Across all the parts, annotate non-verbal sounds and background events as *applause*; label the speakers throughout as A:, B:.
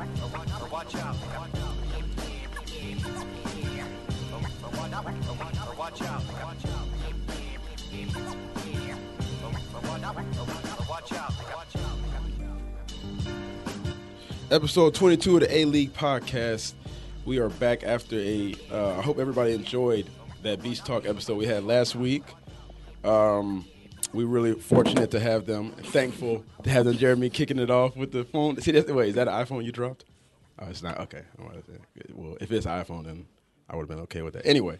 A: Watch out. Watch out. Watch out. Watch out. Watch out.
B: episode 22 of the A League podcast. We are back after a. Uh, I hope everybody enjoyed that Beach Talk episode we had last week. Um, we're really fortunate to have them. Thankful to have them. Jeremy kicking it off with the phone. See, that's, wait, is that an iPhone you dropped? Oh, it's not. Okay. I'm about to say, Well, if it's iPhone, then I would have been okay with that. Anyway,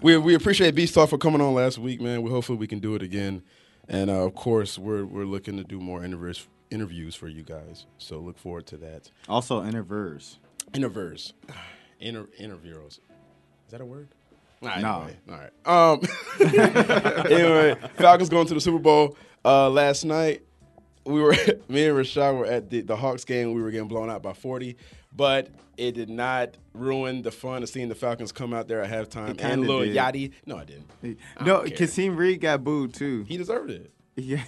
B: we, we appreciate Beach Talk for coming on last week, man. We hopefully we can do it again, and uh, of course we're we're looking to do more interviews interviews for you guys. So look forward to that.
C: Also, interverse.
B: Interverse. Inter interviewers. Is that a word? Nah,
C: No.
B: Anyway, all right. Um, *laughs* anyway, Falcons going to the Super Bowl uh, last night. We were *laughs* me and Rashad were at the, the Hawks game. We were getting blown out by forty, but it did not ruin the fun of seeing the Falcons come out there at halftime
C: kinda
B: and little
C: did.
B: Yachty. No, I didn't. I
C: No,
B: don't care.
C: Kasim Reed got booed too.
B: He deserved it.
C: *laughs*
B: *laughs*
C: Yeah,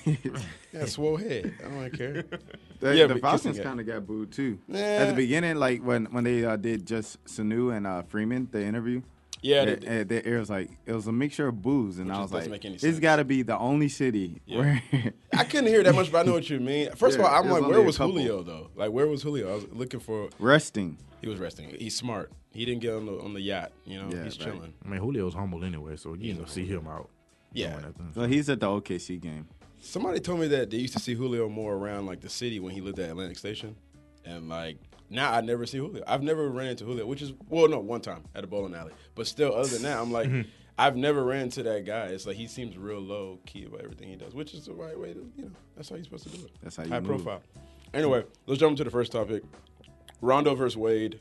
B: Yeah, swole head. I don't
C: *laughs*
B: care.
C: the,
B: Yeah,
C: the
B: but
C: Falcons
B: Kissing got-
C: kind of got booed too.
B: Nah.
C: At the beginning, like when when they uh, did just Sanu and uh, Freeman, the interview.
B: Yeah,
C: it,
B: they-
C: it, it- it was like it was a mixture of boos, and I was
B: just doesn't
C: like,
B: make any
C: "It's
B: sense.
C: got to be the only city
B: Yeah.
C: where." *laughs*
B: I couldn't hear that much, but I know what you mean. First
C: Yeah,
B: of all, I'm
C: it was
B: like,
C: only
B: where
C: a
B: was
C: couple.
B: Julio though? Like, where was Julio? I was looking for.
C: Resting.
B: He was resting. He's smart. He didn't get on the on the yacht. You know,
C: Yeah,
B: he's
C: right.
B: chilling.
D: I mean, Julio's humble anyway, so you know, see him out.
B: Yeah.
D: doing that thing.
C: So he's at the OKC game.
B: Somebody told me that they used to see Julio more around like the city when he lived at Atlantic Station, and like now I never see Julio. I've never ran into Julio, which is well, no, one time at a bowling alley, but still, other than that, I'm
C: *laughs*
B: like. I've never ran to that guy. It's like he seems real low key about everything he does, which is the right way to, you know, that's how you're supposed to do it.
C: That's how you
B: High
C: move.
B: profile. Anyway, let's jump into the first topic Rondo versus Wade.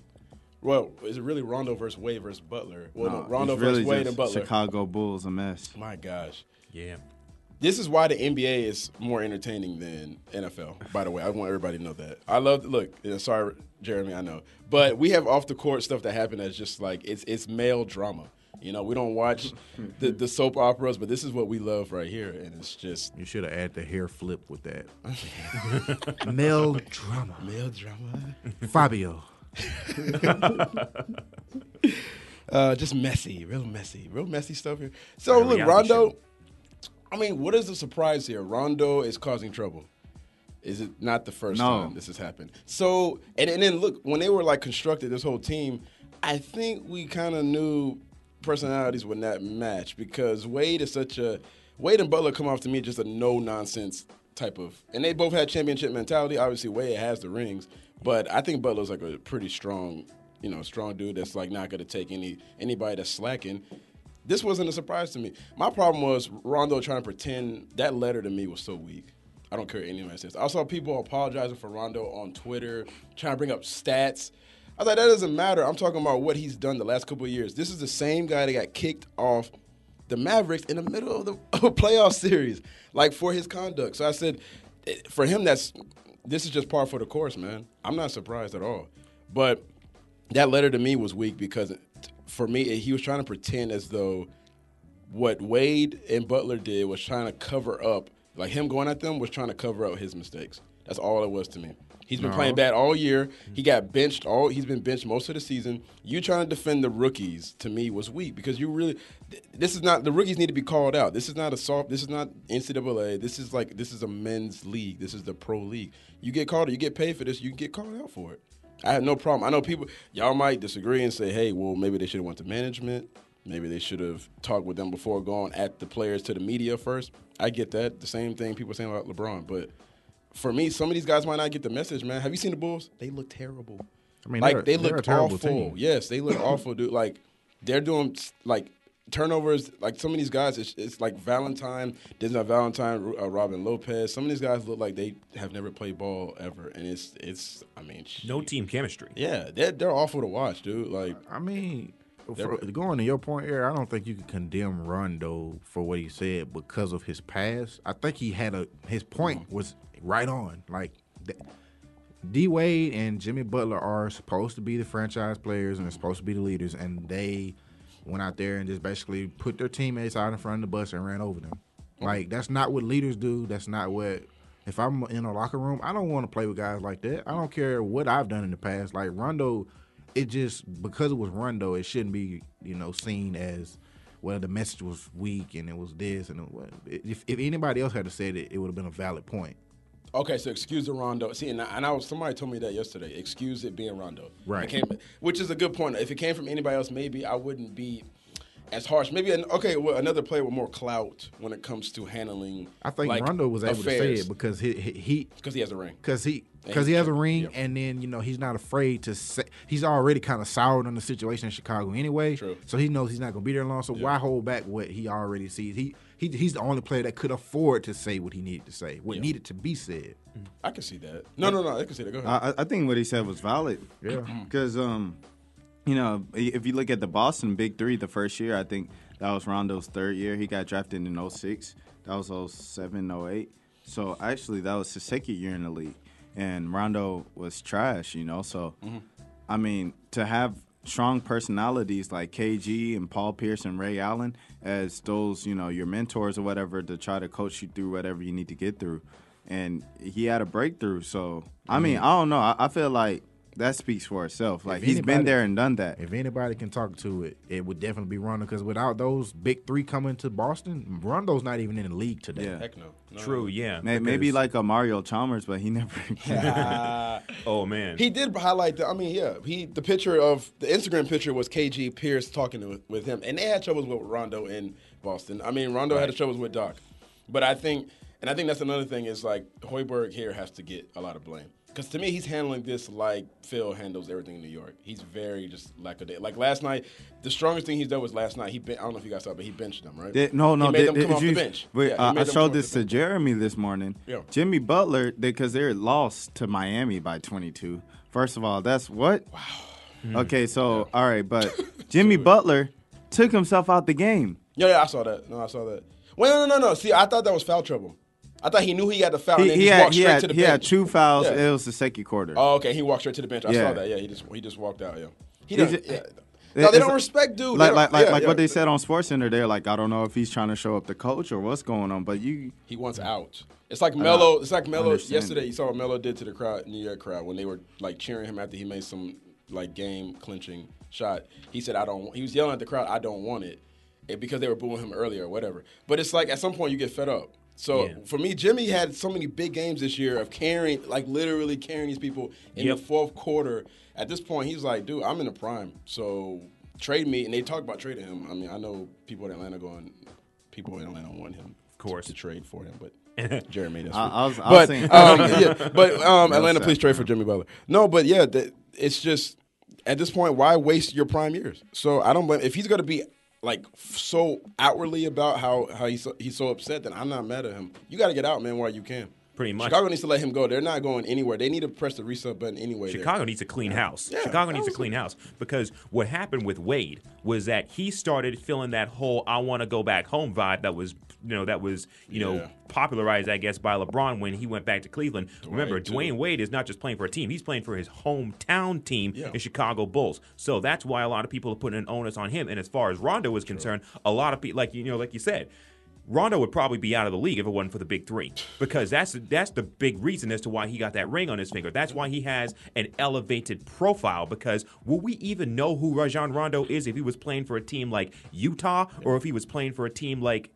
B: Well, is it really Rondo versus Wade versus Butler? Well, no,
C: Uh,
B: Rondo
C: it's
B: versus
C: really
B: Wade
C: just
B: and Butler.
C: Chicago Bulls a mess.
B: My gosh.
D: Yeah.
B: This is why the NBA is more entertaining than NFL. By the way, I want everybody to know that. I love look. yeah, Sorry, Jeremy, I know, but we have off the court stuff that happened that's just like it's it's male drama. You know, we don't watch the, the soap operas, but this is what we love right here, and it's just
D: You should have added the hair flip with
B: *laughs*
D: that. Mel drama.
B: male drama.
D: Fabio.
B: Uh, just messy, real messy, real messy stuff here. So
D: Like a
B: look,
D: reality
B: Rondo.
D: show.
B: I mean, what is the surprise here? Rondo is causing trouble. Is it not the first
C: No.
B: time this has happened? So and, and then look, when they were like constructed this whole team, I think we kind of knew personalities would not match because Wade is such a Wade and Butler come off to me just a no nonsense type of and they both had championship mentality. Obviously Wade has the rings, but I think Butler's like a pretty strong, you know, strong dude that's like not gonna take any anybody that's slacking. This wasn't a surprise to me. My problem was Rondo trying to pretend that letter to me was so weak. I don't care what anyone says. I saw people apologizing for Rondo on Twitter, trying to bring up stats. I thought that doesn't matter. I'm talking about what he's done the last couple of years. This is the same guy that got kicked off the Mavericks in the middle of the *laughs* of a playoff series, like for his conduct. So I said, eh, for him, that's this is just par for the course, man. I'm not surprised at all. But that letter to me was weak because t- for me, he was trying to pretend as though what Wade and Butler did was trying to cover up, like him going at them was trying to cover up his mistakes. That's all it was to me. He's been playing bad all year. He got benched all. He's been benched most of the season. You trying to defend the rookies to me was weak because you really. th- This is not the rookies need to be called out. This is not a soft. This is not NCAA. This is like this is a men's league. This is the pro league. You get called. You get paid for this. You can get called out for it. I have no problem. I know people. Y'all might disagree and say, "Hey, well, maybe they should have went to management. Maybe they should have talked with them before going at the players to the media first. I get that. The same thing people saying about LeBron. But for me, some of these guys might not get the message, man. Have you seen the Bulls? They look terrible.
D: I mean,
B: like
D: they're-
B: they
D: they're a
B: look
D: terrible
B: awful.
D: team.
B: Yes, they look awful, dude. Like they're doing like turnovers. Like some of these guys, it's, it's like Valentine, Disney Valentine, uh, Robin Lopez. Some of these guys look like they have never played ball ever, and it's it's. I mean,
E: No
B: shoot.
E: team chemistry.
B: Yeah, they're they're awful to watch, dude. Like
D: I mean, for, going to your point, Eric, I don't think you could condemn Rondo for what he said because of his past. I think he had a his point
B: Mm-hmm.
D: was right on. Like th- D Wade and Jimmy Butler are supposed to be the franchise players and they're supposed to be the leaders, and they went out there and just basically put their teammates out in front of the bus and ran over them. Like that's not what leaders do. That's not what If I'm in a locker room, I don't want to play with guys like that. I don't care what I've done in the past. Like Rondo, it just because it was Rondo, it shouldn't be you know seen as well. The message was weak and it was this and it was, if if anybody else had said it, it would have been a valid point.
B: Okay, so excuse the Rondo. See, and I, and I was somebody told me that yesterday. Excuse it being Rondo.
D: Right.
B: It came- which is a good point. If it came from anybody else, maybe I wouldn't be as harsh. Maybe an, okay, well, another player with more clout when it comes to handling.
D: I think
B: like,
D: Rondo was able to say
B: affairs.
D: it because he he. he
B: because he has a ring.
D: Cause he,
B: And
D: cause
B: he-
D: he has a ring,
B: yeah.
D: and then you know he's not afraid to say he's already kind of soured on the situation in Chicago anyway.
B: True.
D: So he knows he's not gonna be there long. So why hold back what he already sees? He, he he's the only player that could afford to say what he needed to say, what needed to be said.
B: I can see that. No, no, no. I can see that. Go ahead.
C: I, I- I think what he said was valid.
D: Yeah.
C: *clears throat* Because, um, you know, i- if you look at the Boston Big Three the first year, I think that was Rondo's third year. He got drafted in 06. That was 07, 08. So actually, that was his second year in the league. And Rondo was trash, you know? So, I mean, to have strong personalities like KG and Paul Pierce and Ray Allen as those, you know, your mentors or whatever to try to coach you through whatever you need to get through. And he had a breakthrough. So, I mean, I don't know. I, I feel like that speaks for itself. Like, he's been
D: anybody-
C: there and done that.
D: If anybody can talk to it, it would definitely be Rondo. Because without those big three coming to Boston, Rondo's not even in the league today.
C: Yeah.
B: Heck no. no.
E: True, yeah.
C: May- Maybe like a Mario Chalmers, but he *laughs* never.
B: *laughs* Uh,
E: Oh man.
B: he did highlight that. I mean, yeah. He the picture of the Instagram picture was KG Pierce talking to, with him, and they had troubles with Rondo in Boston. I mean, Rondo had troubles with Doc, but I think, and I think that's another thing is like Hoiberg here has to get a lot of blame because to me he's handling this like Phil handles everything in New York. He's very just lackadaisical. Like last night, the strongest thing he's done was last night. He ben- I don't know if you guys saw, but he benched them right.
C: Did- no, no.
B: he made
C: did-
B: them
C: did
B: come off
C: you-
B: the bench.
C: Wait,
B: Yeah, he
C: uh,
B: made
C: I
B: them come
C: showed
B: off the
C: this to
B: bench.
C: Jeremy this morning.
B: Yeah.
C: Jimmy Butler, because they're lost to Miami by 22. First of all, that's what? Wow. Okay, so, all
B: *laughs*
C: right, but *laughs* Jimmy Butler took himself out the game.
B: Yeah, yeah, I saw that. No, I saw that. Wait, no, no, no, no. See, I thought that was foul trouble. I thought he knew he had the foul.
C: He,
B: Oh, and then
C: he
B: he just
C: had,
B: walked
C: he,
B: straight
C: had,
B: to the
C: he had
B: bench.
C: two fouls.
B: Yeah.
C: It was the second quarter.
B: Oh, okay. He walked straight to the bench. I saw
C: Yeah.
B: that. Yeah, he just he just walked out. Yeah, he
C: He
B: does.
C: ju-
B: Yeah. No, they
C: It's-
B: don't respect dude. They
C: Like,
B: don't-
C: like, like,
B: yeah,
C: like
B: yeah.
C: what they said on SportsCenter, they're like, I don't know if he's trying to show up the coach or what's going on, but you.
B: He wants out. It's like Melo. It's like Melo
C: understand.
B: yesterday. You saw what Melo did to the crowd, New York crowd, when they were like cheering him after he made some like game clinching shot. He said, "I don't." He was yelling at the crowd, "I don't want it," and because they were booing him earlier or whatever. But it's like at some point you get fed up. So
E: Yeah.
B: for me, Jimmy had so many big games this year of carrying, like literally carrying these people in
E: Yep.
B: the fourth quarter. At this point, he's like, "Dude, I'm in the prime, so trade me." And they talk about trading him. I mean, I know people in Atlanta going, people in Atlanta want him
E: course.
B: to trade for
E: *laughs*
B: him, but Jeremy, that's
C: I-
B: weak.
C: I was- *laughs* I was
B: but
C: saying-
B: um, yeah, but um,
C: Real
B: Atlanta,
C: sad.
B: please trade for Jimmy Butler. No, but yeah, that, it's just at this point, why waste your prime years? So I don't blame if he's gonna be like so outwardly about how how he's so, he's so upset. Then I'm not mad at him. You got to get out, man, while you can.
E: Pretty much.
B: Chicago needs to let him go. They're not going anywhere. They need to press the reset button anyway. there.
E: Chicago needs a clean house.
B: Yeah,
E: Chicago
B: that
E: needs a
B: was
E: clean house because what happened with Wade was that he started feeling that whole "I want to go back home" vibe that was, you know, that was, you
B: Yeah.
E: know, popularized, I guess, by LeBron when he went back to Cleveland. Remember,
B: too.
E: Dwayne Wade is not just playing for a team; he's playing for his hometown team,
B: Yeah.
E: the Chicago Bulls. So that's why a lot of people are putting an onus on him. And as far as Rondo is concerned, a lot of people, like you know, like you said. Rondo would probably be out of the league if it wasn't for the big three, because that's that's the big reason as to why he got that ring on his finger. That's why he has an elevated profile. Because will we even know who Rajon Rondo is if he was playing for a team like Utah or if he was playing for a team like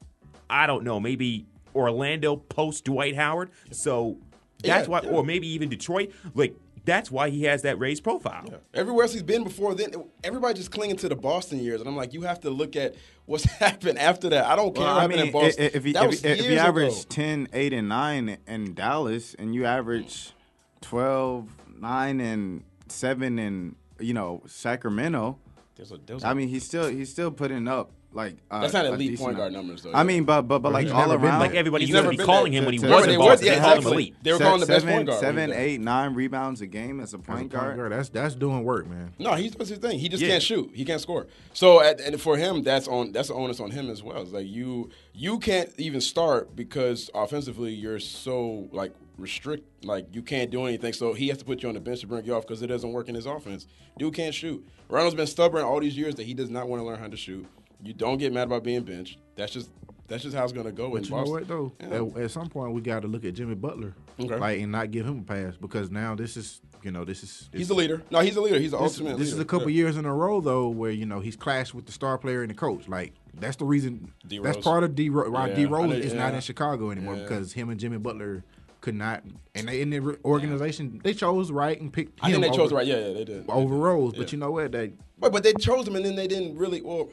E: I don't know, maybe Orlando post Dwight Howard? So that's
B: Yeah,
E: why, or maybe even Detroit. Like that's why he has that raised profile.
B: Everywhere else he's been before then, everybody just clinging to the Boston years, and I'm like, you have to look at what's *laughs* happened after that. I don't care
C: Well,
B: what
C: I
B: happened
C: mean,
B: in Boston.
C: i- if, you,
B: That
C: if,
B: was
C: you- if you
B: years ago.
C: average 10, 8, and 9 in Dallas, and you average 12, 9, and 7 in, you know, Sacramento,
B: There's a- there's a-
C: I mean, he's still he's still putting up, like, uh,
B: That's not
C: a
B: elite
C: decent
B: point guard
C: number.
B: numbers, though,
C: I
B: yeah.
C: mean, but, but, but like,
D: he's
C: all
D: never been
C: around.
E: Like everybody
B: He's
E: used
B: never
E: to be
B: been
E: calling
B: that-
E: him when he
B: to-
E: was
B: when
E: in
B: he was-
E: Boston. They
B: yeah,
E: called him
B: exactly.
E: elite.
B: They were
C: se-
B: calling the best
C: seven-
B: point guard.
C: seven,
B: Yeah.
C: eight, nine rebounds a game as a
D: As a
C: point
D: point
C: guard.
D: guard, that's that's doing work, man.
B: No, he does his thing. He just
E: Yeah.
B: can't shoot. He can't score. So, at, and for him, that's on that's the onus on him as well. It's like you you can't even start because offensively you're so like restrict, like you can't do anything. So he has to put you on the bench to bring you off because it doesn't work in his offense. Dude can't shoot. Ronald's been stubborn all these years that he does not want to learn how to shoot. You don't get mad about being benched. That's just That's just how it's gonna go in
D: But you know
B: Boston.
D: what though? At, at some point, we got to look at Jimmy Butler,
B: Okay.
D: like, and not give him a pass because now this is, you know, this is
B: He's the leader. No, he's the leader. He's the
D: This,
B: ultimate.
D: this is
B: leader.
D: a couple
B: Yeah.
D: years in a row though where you know he's clashed with the star player and the coach. Like that's the reason.
B: D.
D: That's
B: Rose.
D: part of D. Ro- why D.
B: Yeah, I
D: Rose
B: did-
D: is not
B: yeah.
D: in Chicago anymore
B: Yeah.
D: because him and Jimmy Butler could not. And they in the re- organization they chose right and picked.
B: I think
D: him
B: they chose
D: over-
B: right. Yeah, yeah, they did.
D: over Rose.
B: Yeah.
D: But you know what? They
B: But but they chose him, and then they didn't really. Well,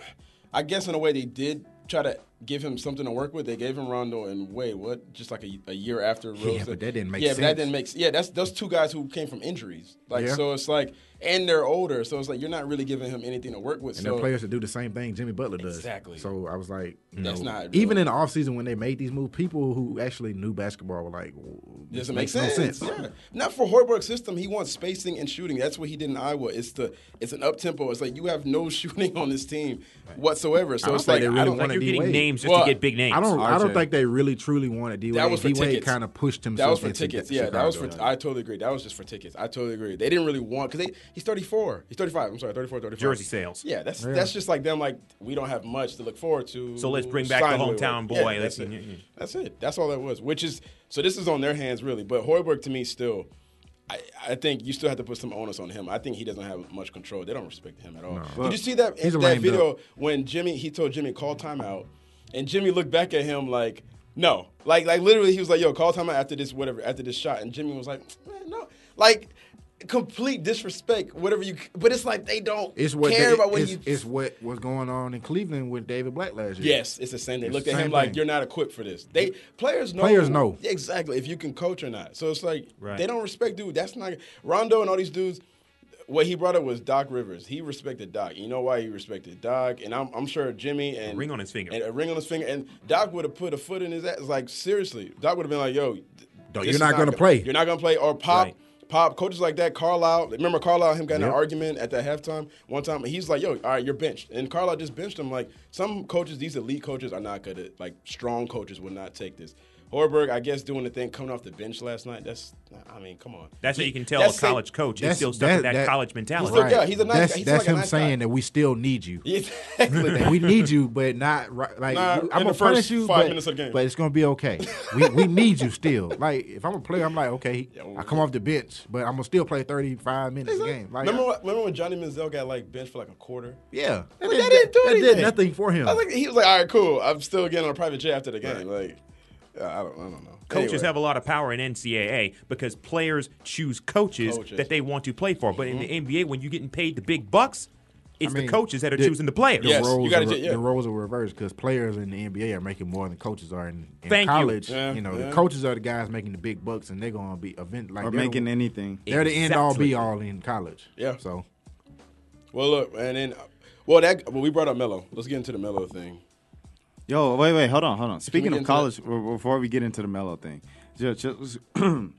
B: I guess in a way they did try to give him something to work with. They gave him Rondo and Wade. What? Just like a, a year after Rose.
D: but that didn't make
B: Yeah, but that
D: sense.
B: didn't make. Yeah, that's those two guys who came from injuries. Like
D: Yeah.
B: so, it's like and they're older, so it's like you're not really giving him anything to work with.
D: and
B: so
D: the players that do the same thing Jimmy Butler does.
B: Exactly.
D: So I was like, you
B: That's
D: know,
B: not
D: even
B: real.
D: in the offseason when they made these moves, people who actually knew basketball were like, "Whoa, this
B: doesn't make
D: no
B: sense. Yeah. Not for Hoiberg's system. He wants spacing and shooting. That's what he did in Iowa. It's the it's an up tempo. It's like you have no *laughs* shooting on this team whatsoever. So
D: don't
B: it's
D: think
B: like
D: they
B: I
D: really
B: don't
E: Like
D: wanna
E: you're
D: be
E: getting
D: Wade.
E: names just
B: Well,
E: to get big names.
D: I don't. I don't
C: RJ.
D: think they really truly wanted D Wade.
B: That was for
D: D Wade
B: tickets.
D: kind of pushed himself.
B: That was for
D: into
B: tickets.
D: Di-
B: Yeah, that was for.
D: Chicago.
B: I totally agree. That was just for tickets. I totally agree. They didn't really want because they he's 34. He's 35. I'm sorry, 34, 35.
E: Jersey sales.
B: Yeah, that's that's just like them. Like we don't have much to look forward to.
E: So let's bring back the
B: Sign away
E: hometown
B: with. Yeah,
E: boy.
B: that's,
E: Let's-
B: it.
E: yeah, yeah.
B: that's it. That's all that was. Which is so. This is on their hands really. But Hoiberg to me still. I, I think you still have to put some onus on him. I think he doesn't have much control. They don't respect him at all. Did you see that
D: He's a
B: that
D: lame duck.
B: video when Jimmy he told Jimmy call timeout, and Jimmy looked back at him like no, like like literally he was like yo call timeout after this whatever after this shot, and Jimmy was like man no like complete disrespect whatever you but it's like they don't
D: It's what
B: care
D: they-
B: about what
D: it's,
B: you
D: it's what was going on in Cleveland with David Black last year.
B: Yes, it's the same. They
D: It's
B: looked
D: the
B: at
D: same
B: him like
D: thing.
B: you're not equipped for this. They players know.
D: Players know.
B: Yeah, exactly if you can coach or not. So it's like
E: Right.
B: they don't respect dude. That's not Rondo and all these dudes. What he brought up was Doc Rivers. He respected Doc. You know why he respected Doc? And I'm, I'm sure Jimmy and
E: ring on his finger.
B: and a ring on his finger. And Doc would have put a foot in his ass. Like seriously, Doc would have been like, "Yo, th-
D: No,
B: this
D: you're
B: is
D: not gonna play.
B: You're not gonna play." Or pop,
E: Right.
B: pop coaches like that. Carlisle, remember Carlisle? Him got in an
D: Yep.
B: argument at that halftime one time. And he's like, "Yo, all right, you're benched." And Carlisle just benched him. Like some coaches, these elite coaches are not good at. Like strong coaches would not take this. Horberg, I guess, doing the thing coming off the bench last night. That's, I mean, come on.
E: That's how you can tell
B: That's
E: a
B: sa-
E: college coach is
D: That's-
E: still stuck
D: that-
E: with that,
D: that-
E: college mentality.
B: Right. yeah, he's a nice
D: that's,
B: guy. He's
D: that's
B: like a
D: him
B: nice guy.
D: saying that we still need you.
B: Yeah, *laughs*
D: *laughs*
B: exactly.
D: That we need you, but not right. Like
B: Nah,
D: I'm
B: in
D: gonna
B: the first
D: punish you,
B: five
D: but,
B: minutes of the game.
D: but it's gonna be okay. We, we need you still. Like if I'm a player, I'm like okay, I come off the bench, but I'm gonna still play 35 minutes a game. Like
B: remember, when- remember when Johnny Manziel got like benched for like a quarter?
D: yeah,
B: But that didn't do
D: that did
B: anything.
D: nothing for him.
B: I was like, he was like, all right, cool. I'm still getting on a private jet after the game. Like, uh, I don't, I don't know.
E: Coaches
B: Anyway.
E: have a lot of power in NCAA because players choose coaches,
B: Coaches. Mm-hmm.
E: that they want to play for. But in the NBA, when you're getting paid the big bucks, it's
D: mean,
E: the coaches that are
D: the-
E: choosing the players.
D: the
B: Yes, you
D: roles
B: gotta
D: are,
B: ju- yeah.
D: the roles are reversed because players in the NBA are making more than coaches are in, in
E: Thank you.
D: college. You,
B: Yeah,
D: know,
B: yeah.
D: the coaches are the guys making the big bucks, and they're gonna be event like
C: Or
D: they're
C: making
D: the,
C: anything.
D: they're the end all
E: Exactly.
D: be all in college.
B: Yeah.
D: So
B: Well, look, and then, well, that, well, we brought up Melo. Let's get into the Melo thing.
C: Yo, wait, wait, hold on, hold on.
B: get
C: Speaking of
B: into
C: college, b- before we get into the mellow thing, just just, *clears throat*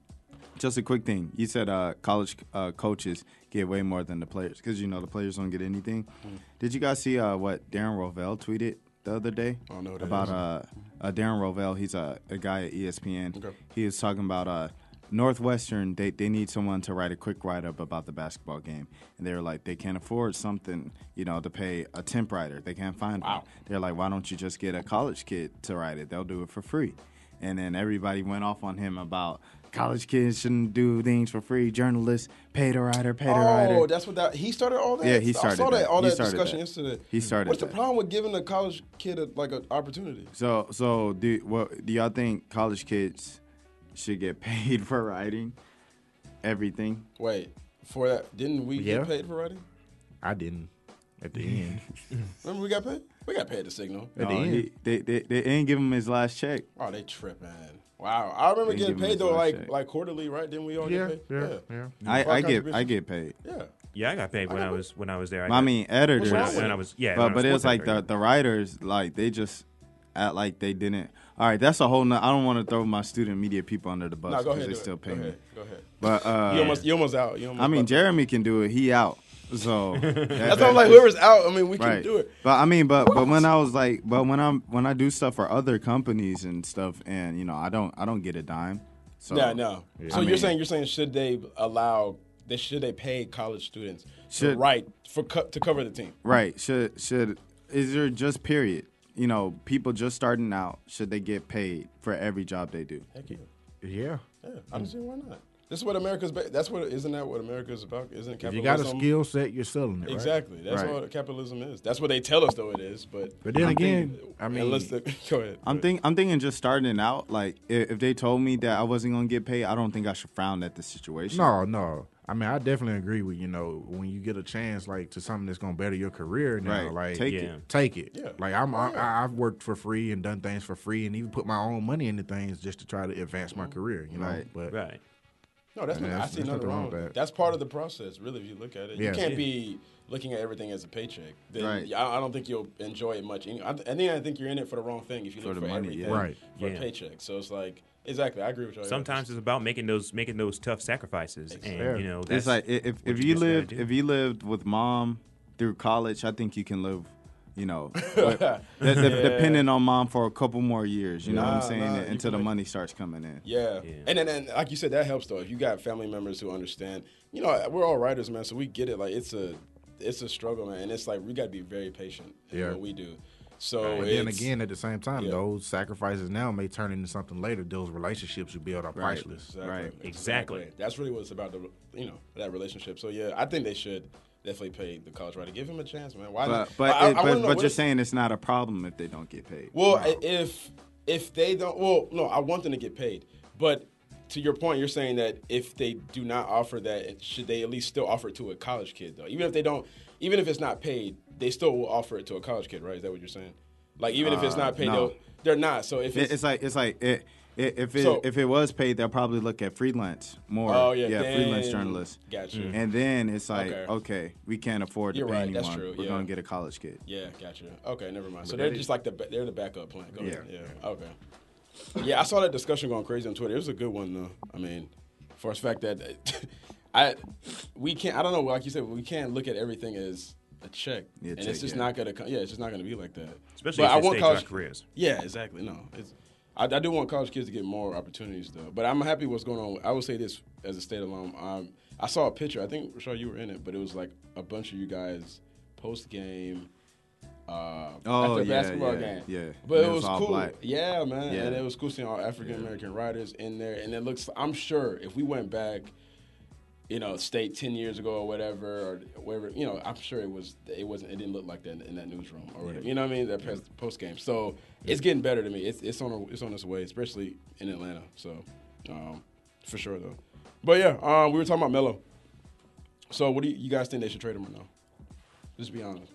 C: just a quick thing. You said uh, college uh, coaches get way more than the players because you know the players don't get anything.
B: Mm.
C: Did you guys see uh, what Darren Rovell tweeted the other day
B: I don't know what that
C: about
B: is.
C: uh, uh, Darren Rovell? He's a, a guy at E ESPN.
B: Okay.
C: He is talking about uh, Northwestern. They they need someone to write a quick write up about the basketball game, and they were like they can't afford something you know to pay a temp writer. They can't find
B: Wow.
C: one. They're like, why don't you just get a college kid to write it? They'll do it for free. And then everybody went off on him about college kids shouldn't do things for free. Journalists, pay the writer, pay the writer.
B: Oh, that's what that he started all that.
C: Yeah, he
B: I saw
C: started
B: that
C: that.
B: all
C: He
B: that
C: started
B: discussion
C: that.
B: yesterday.
C: He started
B: What's the
C: that.
B: problem with giving a college kid a, like an opportunity?
C: So, so do what do y'all think college kids should get *laughs* paid for writing everything?
B: Wait, for that, didn't we
D: Yeah.
B: get paid for writing?
D: I didn't at the end.
B: Remember we got paid? We got paid to signal.
D: At the
C: No,
D: end.
C: he- they, they they didn't give him his last check.
B: Oh, they tripping. Wow, I remember
C: They
B: getting
C: give him
B: paid
C: his
B: though,
C: last
B: like
C: check.
B: like quarterly, right? Didn't we all
D: yeah,
B: get paid?
D: yeah, yeah.
C: I,
B: Full
C: I get I
B: contribution.
C: get paid.
B: yeah.
E: Yeah, I got paid when
B: I
E: I,
B: got-
E: was when I was there.
C: I
E: got-
C: mean, editors.
E: when I, when I was yeah, when I
C: but but it was
E: sports
C: like the,
E: editor.
C: the writers like they just act like they didn't. All right, that's a whole. No, I don't want to throw my student media people under the bus
B: No, go
C: because
B: ahead.
C: they
B: do it.
C: still pay
B: go
C: me.
B: ahead. Go ahead.
C: But uh,
B: you almost, you almost out. You almost
C: I mean,
B: about to-
C: Jeremy can do it. He out.
B: *laughs*
C: So that-
B: That's why I'm like, whoever's out, I mean, we
C: right.
B: can do it.
C: But I mean, but but when I was like, but when I'm when I do stuff for other companies and stuff, and you know, I don't I don't get a dime. So
B: Yeah, no. So
C: I
B: you're
C: mean-
B: saying you're saying should they allow? They, should they pay college students
C: Should-
B: to write for co- to cover the team?
C: Right. Should should is there just period? you know, people just starting out, should they get paid for every job they do?
B: Heck yeah.
D: Yeah.
B: Yeah. I don't see why not. This is what America's. Ba- that's what. Isn't that what America's about? Isn't
D: If
B: capitalism?
D: you got a skill set, you're selling it. right?
B: Exactly. That's
C: Right.
B: what capitalism is. That's what they tell us, though it is. But
D: But then
C: I'm
D: again,
C: thinking-
D: I mean,
B: unless the, *laughs* go ahead.
C: I'm think I'm thinking just starting out. Like i- if, they told me that I wasn't gonna get paid, I don't think I should frown at the situation.
D: No, no. I mean, I definitely agree with you know when you get a chance like to something that's gonna better your career now,
C: Right.
D: like
C: Take
E: Yeah.
C: it.
D: take it.
B: Yeah.
D: Like I'm, I, I've worked for free and done things for free, and even put my own money into things just to try to advance
B: Mm-hmm.
D: my career. You know,
C: Right.
D: but
E: Right.
B: No, that's
D: Yeah,
B: not, I
D: that's-
B: see
D: there's
B: nothing wrong with that. That's part of the process, really. If you look at it,
D: Yeah.
B: you can't
E: Yeah.
B: be looking at everything as a paycheck. Then
C: Right.
B: I, I don't think you'll enjoy it much. And I, th- and then I think you're in it for the wrong thing if you look
C: the
B: for,
C: money,
B: everything
C: yeah.
D: Right.
B: for
E: Yeah.
B: a paycheck. So it's like exactly. I agree with you. *laughs*
E: Sometimes it's about making those making those tough sacrifices, and you know that's
C: it's like i- if
E: what
C: if
E: you
C: you
E: just gotta
C: lived
E: do.
C: if you lived with mom through college, I think you can live. You know, with- de- de- depending on mom for a couple more years. You know what
B: Nah,
C: I'm saying?
B: nah, you
C: until the
B: can-
C: money starts coming in.
B: Yeah.
E: Yeah.
B: And then, and like you said, that helps though. If you got family members who understand, you know, we're all writers, man, so we get it. Like it's a, it's a struggle, man, and it's like we got to be very patient. in
D: Yeah.
B: What we do. So Oh,
D: But then
B: it's-
D: again, at the same time,
B: yeah.
D: those sacrifices now may turn into something later. Those relationships you build are
C: Right.
D: priceless.
B: Exactly.
C: Right.
E: Exactly.
B: That's really what it's about. The you know that relationship. So yeah, I think they should definitely pay the college writer. Give him a chance, man. Why?
C: But
B: not?
C: but
B: I- I wanna
C: it, but,
B: know
C: but
B: what
C: you're
B: it-
C: saying it's not a problem if they don't get paid.
B: Well, i- if if they don't, well, no, I want them to get paid. But to your point, you're saying that if they do not offer that, it- should they at least still offer it to a college kid though? Even if they don't, even if it's not paid, they still will offer it to a college kid, right? Is that what you're saying? Like even if it's
C: Uh,
B: not paid,
C: no.
B: they'll, they're not. So if
C: It-
B: it's,
C: it's like it's like it, it, if it
B: So-
C: if it was paid, they'll probably look at freelance more.
B: Oh, yeah,
C: freelance
B: then-
C: journalists. Mm-hmm.
B: gotcha. Mm.
C: And then it's like,
B: Okay.
C: okay, we can't afford to
B: You're
C: pay
B: right,
C: anyone.
B: that's true,
C: We're
B: yeah.
C: gonna get a college kid.
B: Yeah, gotcha. Okay, never mind. So they're just like the ba- they're the backup plan. Go ahead.
C: Yeah.
B: Yeah. Okay. Yeah, I saw that discussion going crazy on Twitter. It was a good one though. I mean, for the fact that *laughs* I we can't I don't know like you said we can't look at everything as a check.
C: Yeah,
B: and
C: check,
B: it's just
C: yeah.
B: not gonna co- yeah it's just not gonna be like that.
E: Especially at this stage of our careers.
B: Yeah, exactly. No, it's I, I do want college kids to get more opportunities though. But I'm happy what's going on. I would say this as a state alum. Um, I saw a picture. I think Rashad, you were in it, but it was like a bunch of you guys post game uh,
C: Oh,
B: after a
C: yeah,
B: basketball
C: yeah,
B: game.
C: yeah.
B: But
C: And
B: it
C: it
B: was,
C: was all
B: cool.
C: black.
B: Yeah, man.
C: Yeah.
B: And it was cool seeing all African American writers in there. And it looks, I'm sure if we went back, you know, state 10 years ago or whatever, or wherever, you know, I'm sure it was, it wasn't, it didn't look like that in, in that newsroom or whatever. You know what I mean? That post game. So it's getting better to me. It's, it's on, a, it's on its way, especially in Atlanta. So, um, for sure though. But yeah, um, we were talking about Melo. So what do you, you guys think they should trade him or no? Just be honest.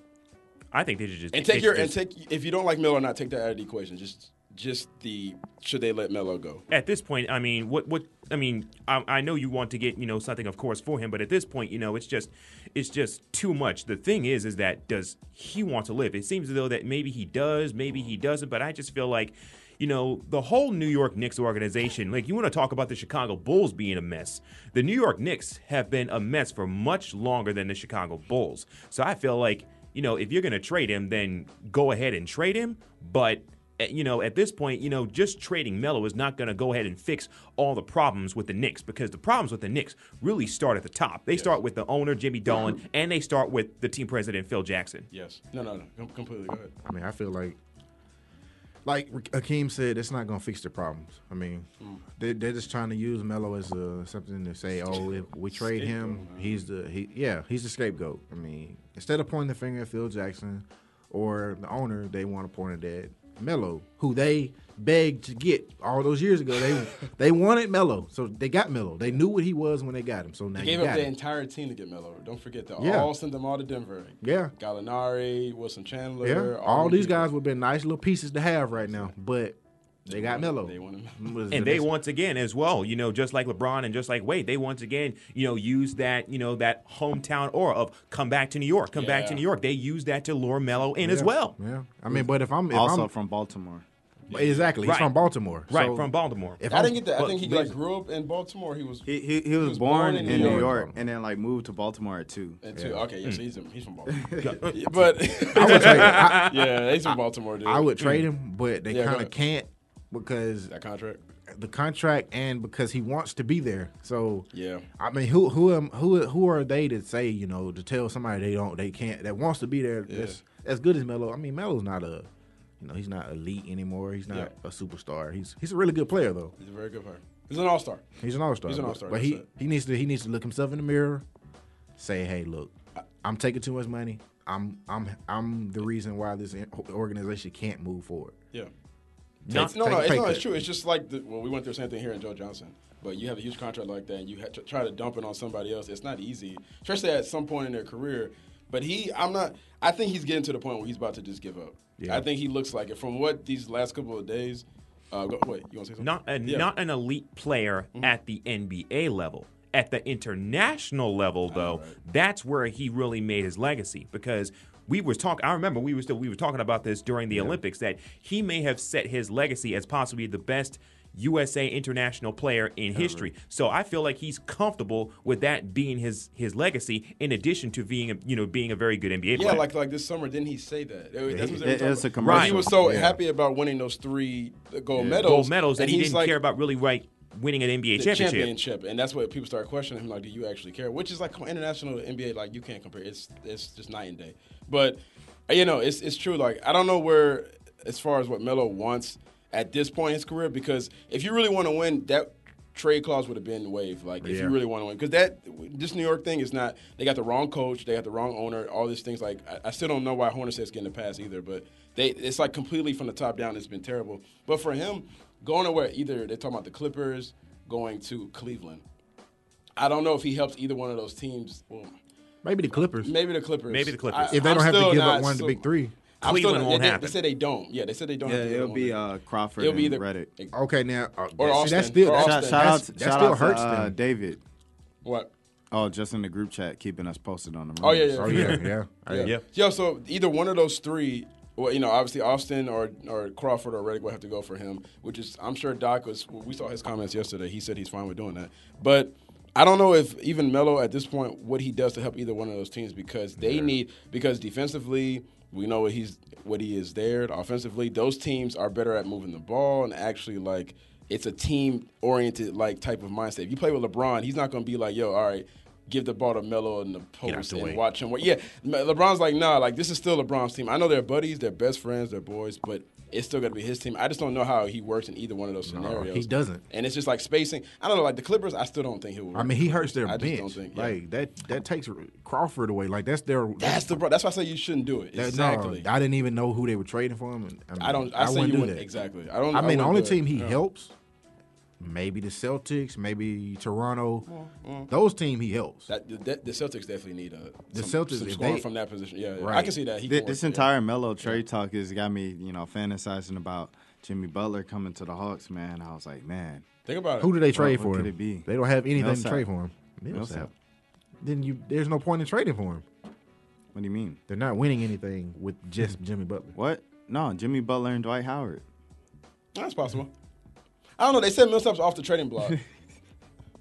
E: I think they should just
B: And
E: they
B: take
E: should
B: your and
E: just-
B: take if you don't like Melo, not take that out of the equation. Just just the should they let Melo go?
E: at this point, I mean, what what I mean, I, I know you want to get you know something, of course, for him, but at this point, you know, it's just it's just too much. The thing is, is that does he want to live? It seems as though that maybe he does, maybe he doesn't, but I just feel like. You know, the whole New York Knicks organization, like you want to talk about the Chicago Bulls being a mess. The New York Knicks have been a mess for much longer than the Chicago Bulls. So I feel like, you know, if you're going to trade him, then go ahead and trade him. But uh, you know, at this point, you know, just trading Melo is not going to go ahead and fix all the problems with the Knicks because the problems with the Knicks really start at the top. They start with the owner,
D: *laughs*
E: Jimmy Dolan, and they start with the team president, Phil Jackson.
B: Yes. No, no, no. Com- completely. Go ahead.
D: I mean, I feel like, like Akeem said, it's not gonna fix the problems. I mean, they, they're just trying to use Melo as a, something to say, oh, if we trade him, he's the he, yeah, he's the scapegoat. I mean, instead of pointing the finger at Phil Jackson or the owner, they want to point it at Melo, who they begged to get all those years ago. They they wanted Melo, so they got Melo. They knew what he was when they got him, so now
B: They
D: you
B: gave
D: got
B: up the
D: him.
B: entire team to get Melo. Don't forget that.
D: Yeah.
B: All sent them all to Denver.
D: Yeah.
B: Gallinari, Wilson Chandler.
D: Yeah, all
B: them
D: these
B: people.
D: guys would have been nice little pieces to have right now, but they got Melo.
B: They
D: *laughs*
B: want him.
D: Was
E: And
D: the
E: they
D: next-
E: once again, as well, you know, just like LeBron and just like Wade, they once again, you know, use that, you know, that hometown aura of come back to New York, come back to
B: Yeah.
E: New York. They use that to lure Melo in as
D: Yeah,
E: well.
D: Yeah, I mean, but if I'm if
C: also
D: I'm,
C: from Baltimore.
D: exactly, he's
E: Right.
D: from Baltimore,
E: Right,
D: So
E: from Baltimore.
D: If
B: I
D: I'm,
B: didn't get that. I
E: But
B: think he like grew up in Baltimore. He was.
C: He, he, he was,
B: was
C: born, in, New York,
D: York.
C: and then like moved to Baltimore at two.
B: and two- Okay,
D: Hmm.
B: yeah, so he's, he's
D: *laughs*
B: from Baltimore. Yeah, but *laughs* yeah, he's from Baltimore, dude.
D: I would
E: Mm.
D: trade him, but they
B: Yeah, go
D: kind of
B: ahead.
D: can't because
B: that contract.
D: the contract and because he wants to be there. So
B: Yeah.
D: I mean, who who am who who are they to say you know to tell somebody they don't they can't that wants to be there that's as good as Melo? I mean, Melo's not a You know, he's not elite anymore. He's not
B: Yeah.
D: a superstar. He's he's a really good player though.
B: He's a very good player. He's an all star.
D: He's an all star.
B: He's an all-star,
D: But, but
B: that's
D: he
B: it.
D: he needs to he needs to look himself in the mirror, say, hey, look, I'm taking too much money. I'm I'm I'm the reason why this in- organization can't move forward.
B: Yeah.
D: Not-
B: It's- no, no,
D: take-
B: it's,
D: take
B: no,
D: that.
B: it's true. It's just like the, well, we went through the same thing here in Joe Johnson. But you have a huge contract like that, and you ha- tr- try to dump it on somebody else. It's not easy, especially at some point in their career. But he, I'm not. I think he's getting to the point where he's about to just give up.
D: Yeah.
B: I think he looks like it from what these last couple of days. Uh, go, wait, you want to say something?
E: Not a,
B: Yeah. Mm-hmm.
E: not an elite player at the NBA level. At the international level, though, that's where he really made his legacy because we was talking. I remember we were still we were talking about this during the Olympics that he may have set his legacy as possibly the best. USA international player in history, so I feel like he's comfortable with that being his his legacy. In addition to being a, you know being a very good NBA
B: Yeah,
E: player,
B: like like this summer, didn't he say that? That was- that's what they were
C: it-
B: talking
C: it's a
B: about.
C: commercial.
B: He was so
D: Yeah.
B: happy about winning those three uh, gold medals.
E: gold medals that
B: and
E: he
B: he's
E: didn't
B: like,
E: care about really right winning an NBA
B: the
E: championship.
B: championship. and that's what people start questioning him. Like, do you actually care? Which is like come on, international to NBA. Like, you can't compare. It's it's just night and day. But uh, you know, it's it's true. Like, I don't know where as far as what Melo wants at this point in his career because if you really want to win, that trade clause would have been waived. Like, if
D: Yeah.
B: you really want to win, because that this New York thing is not. They got the wrong coach. They got the wrong owner. All these things. Like, I, I still don't know why Hornacek's getting a pass either. But they, it's like completely from the top down. It's been terrible. But for him. Going to where either they're talking about the Clippers, going to Cleveland. I don't know if he helps either one of those teams. Well,
D: Maybe the Clippers.
B: maybe the Clippers.
E: Maybe the Clippers.
B: I-
D: If they
B: I'm
D: don't have to
B: still
D: give up
B: not
D: one of the
B: so-
D: big three.
B: I'm still
E: Cleveland
B: not-
E: won't
B: they,
E: happen.
B: They said they don't. Yeah, they said they don't.
C: Yeah,
B: have to give
C: it'll
B: up
C: be
B: one.
C: uh, Crawford
B: it'll be
C: and
B: the
C: Reddick.
D: Okay, now uh,
B: Or
D: see,
B: Austin.
D: that's still
B: Or
D: that's,
B: Austin.
C: Shout, shout out,
D: that's- that
C: shout
D: still
C: out to
D: hurts
C: uh,
D: them.
C: David.
B: What?
C: Oh, just in the group chat, keeping us posted on the.
B: Oh, yeah,
C: rumors.
B: yeah.
D: Oh
C: *laughs*
D: yeah, yeah. I-
E: Yeah.
B: Yo, so either one of those three, well, you know, obviously Austin or or Crawford or Reddick will have to go for him, which is I'm sure Doc was. We saw his comments yesterday. He said he's fine with doing that, but. I don't know if even Melo at this point what he does to help either one of those teams because they need because defensively we know what he's what he is there offensively those teams are better at moving the ball and actually like it's a team oriented like type of mindset. If you play with LeBron, he's not going to be like yo all right give the ball to Melo in the post
E: the
B: and
E: way.
B: watch him. work. Yeah, Ma- LeBron's like, nah, like this is still LeBron's team. I know they're buddies, they're best friends, they're boys, but it's still gonna be his team. I just don't know how he works in either one of those scenarios.
D: he doesn't.
B: And it's just like spacing. I don't know, like the Clippers. I still don't think he will.
D: I mean, he hurts their
B: I just
D: bench.
B: don't think. yeah.
D: Like that that takes Crawford away. Like that's their
B: that's the. pro- That's why I say you shouldn't do it.
D: that- no,
B: Exactly.
D: I didn't even know who they were trading for him. And, I, mean,
B: I don't. I, say
D: wouldn't
B: you
D: do
B: wouldn't-
D: that.
B: Exactly. I don't.
D: I mean,
B: wouldn't
D: the only
B: do it.
D: team he
B: Yeah.
D: helps, maybe the Celtics, maybe Toronto. Those team he helps.
B: Mm, That, the, the Celtics definitely need a
D: The
B: some,
D: Celtics,
B: some
D: if
B: scoring
D: they-
B: from that position. Yeah, yeah. I
D: Right.
B: can see that. He
C: Th-
B: can
C: this
B: work it, yeah.
C: entire Melo trade talk has got me, you know, fantasizing about Jimmy Butler coming to the Hawks. Man, I was like, man,
B: Think about it.
D: Who do they trade
C: what
D: for
C: could
D: him?
C: it be?
D: They don't have anything to
C: Millsap.
D: trade for him. Millsap.
C: Millsap.
D: Then you, there's no point in trading for him.
C: what do you mean?
D: They're not winning anything with
C: Mm.
D: just Jimmy Butler.
C: What? No, Jimmy Butler and Dwight Howard.
B: That's possible. I don't know. They said Millsap's off the trading
C: *laughs*
B: block.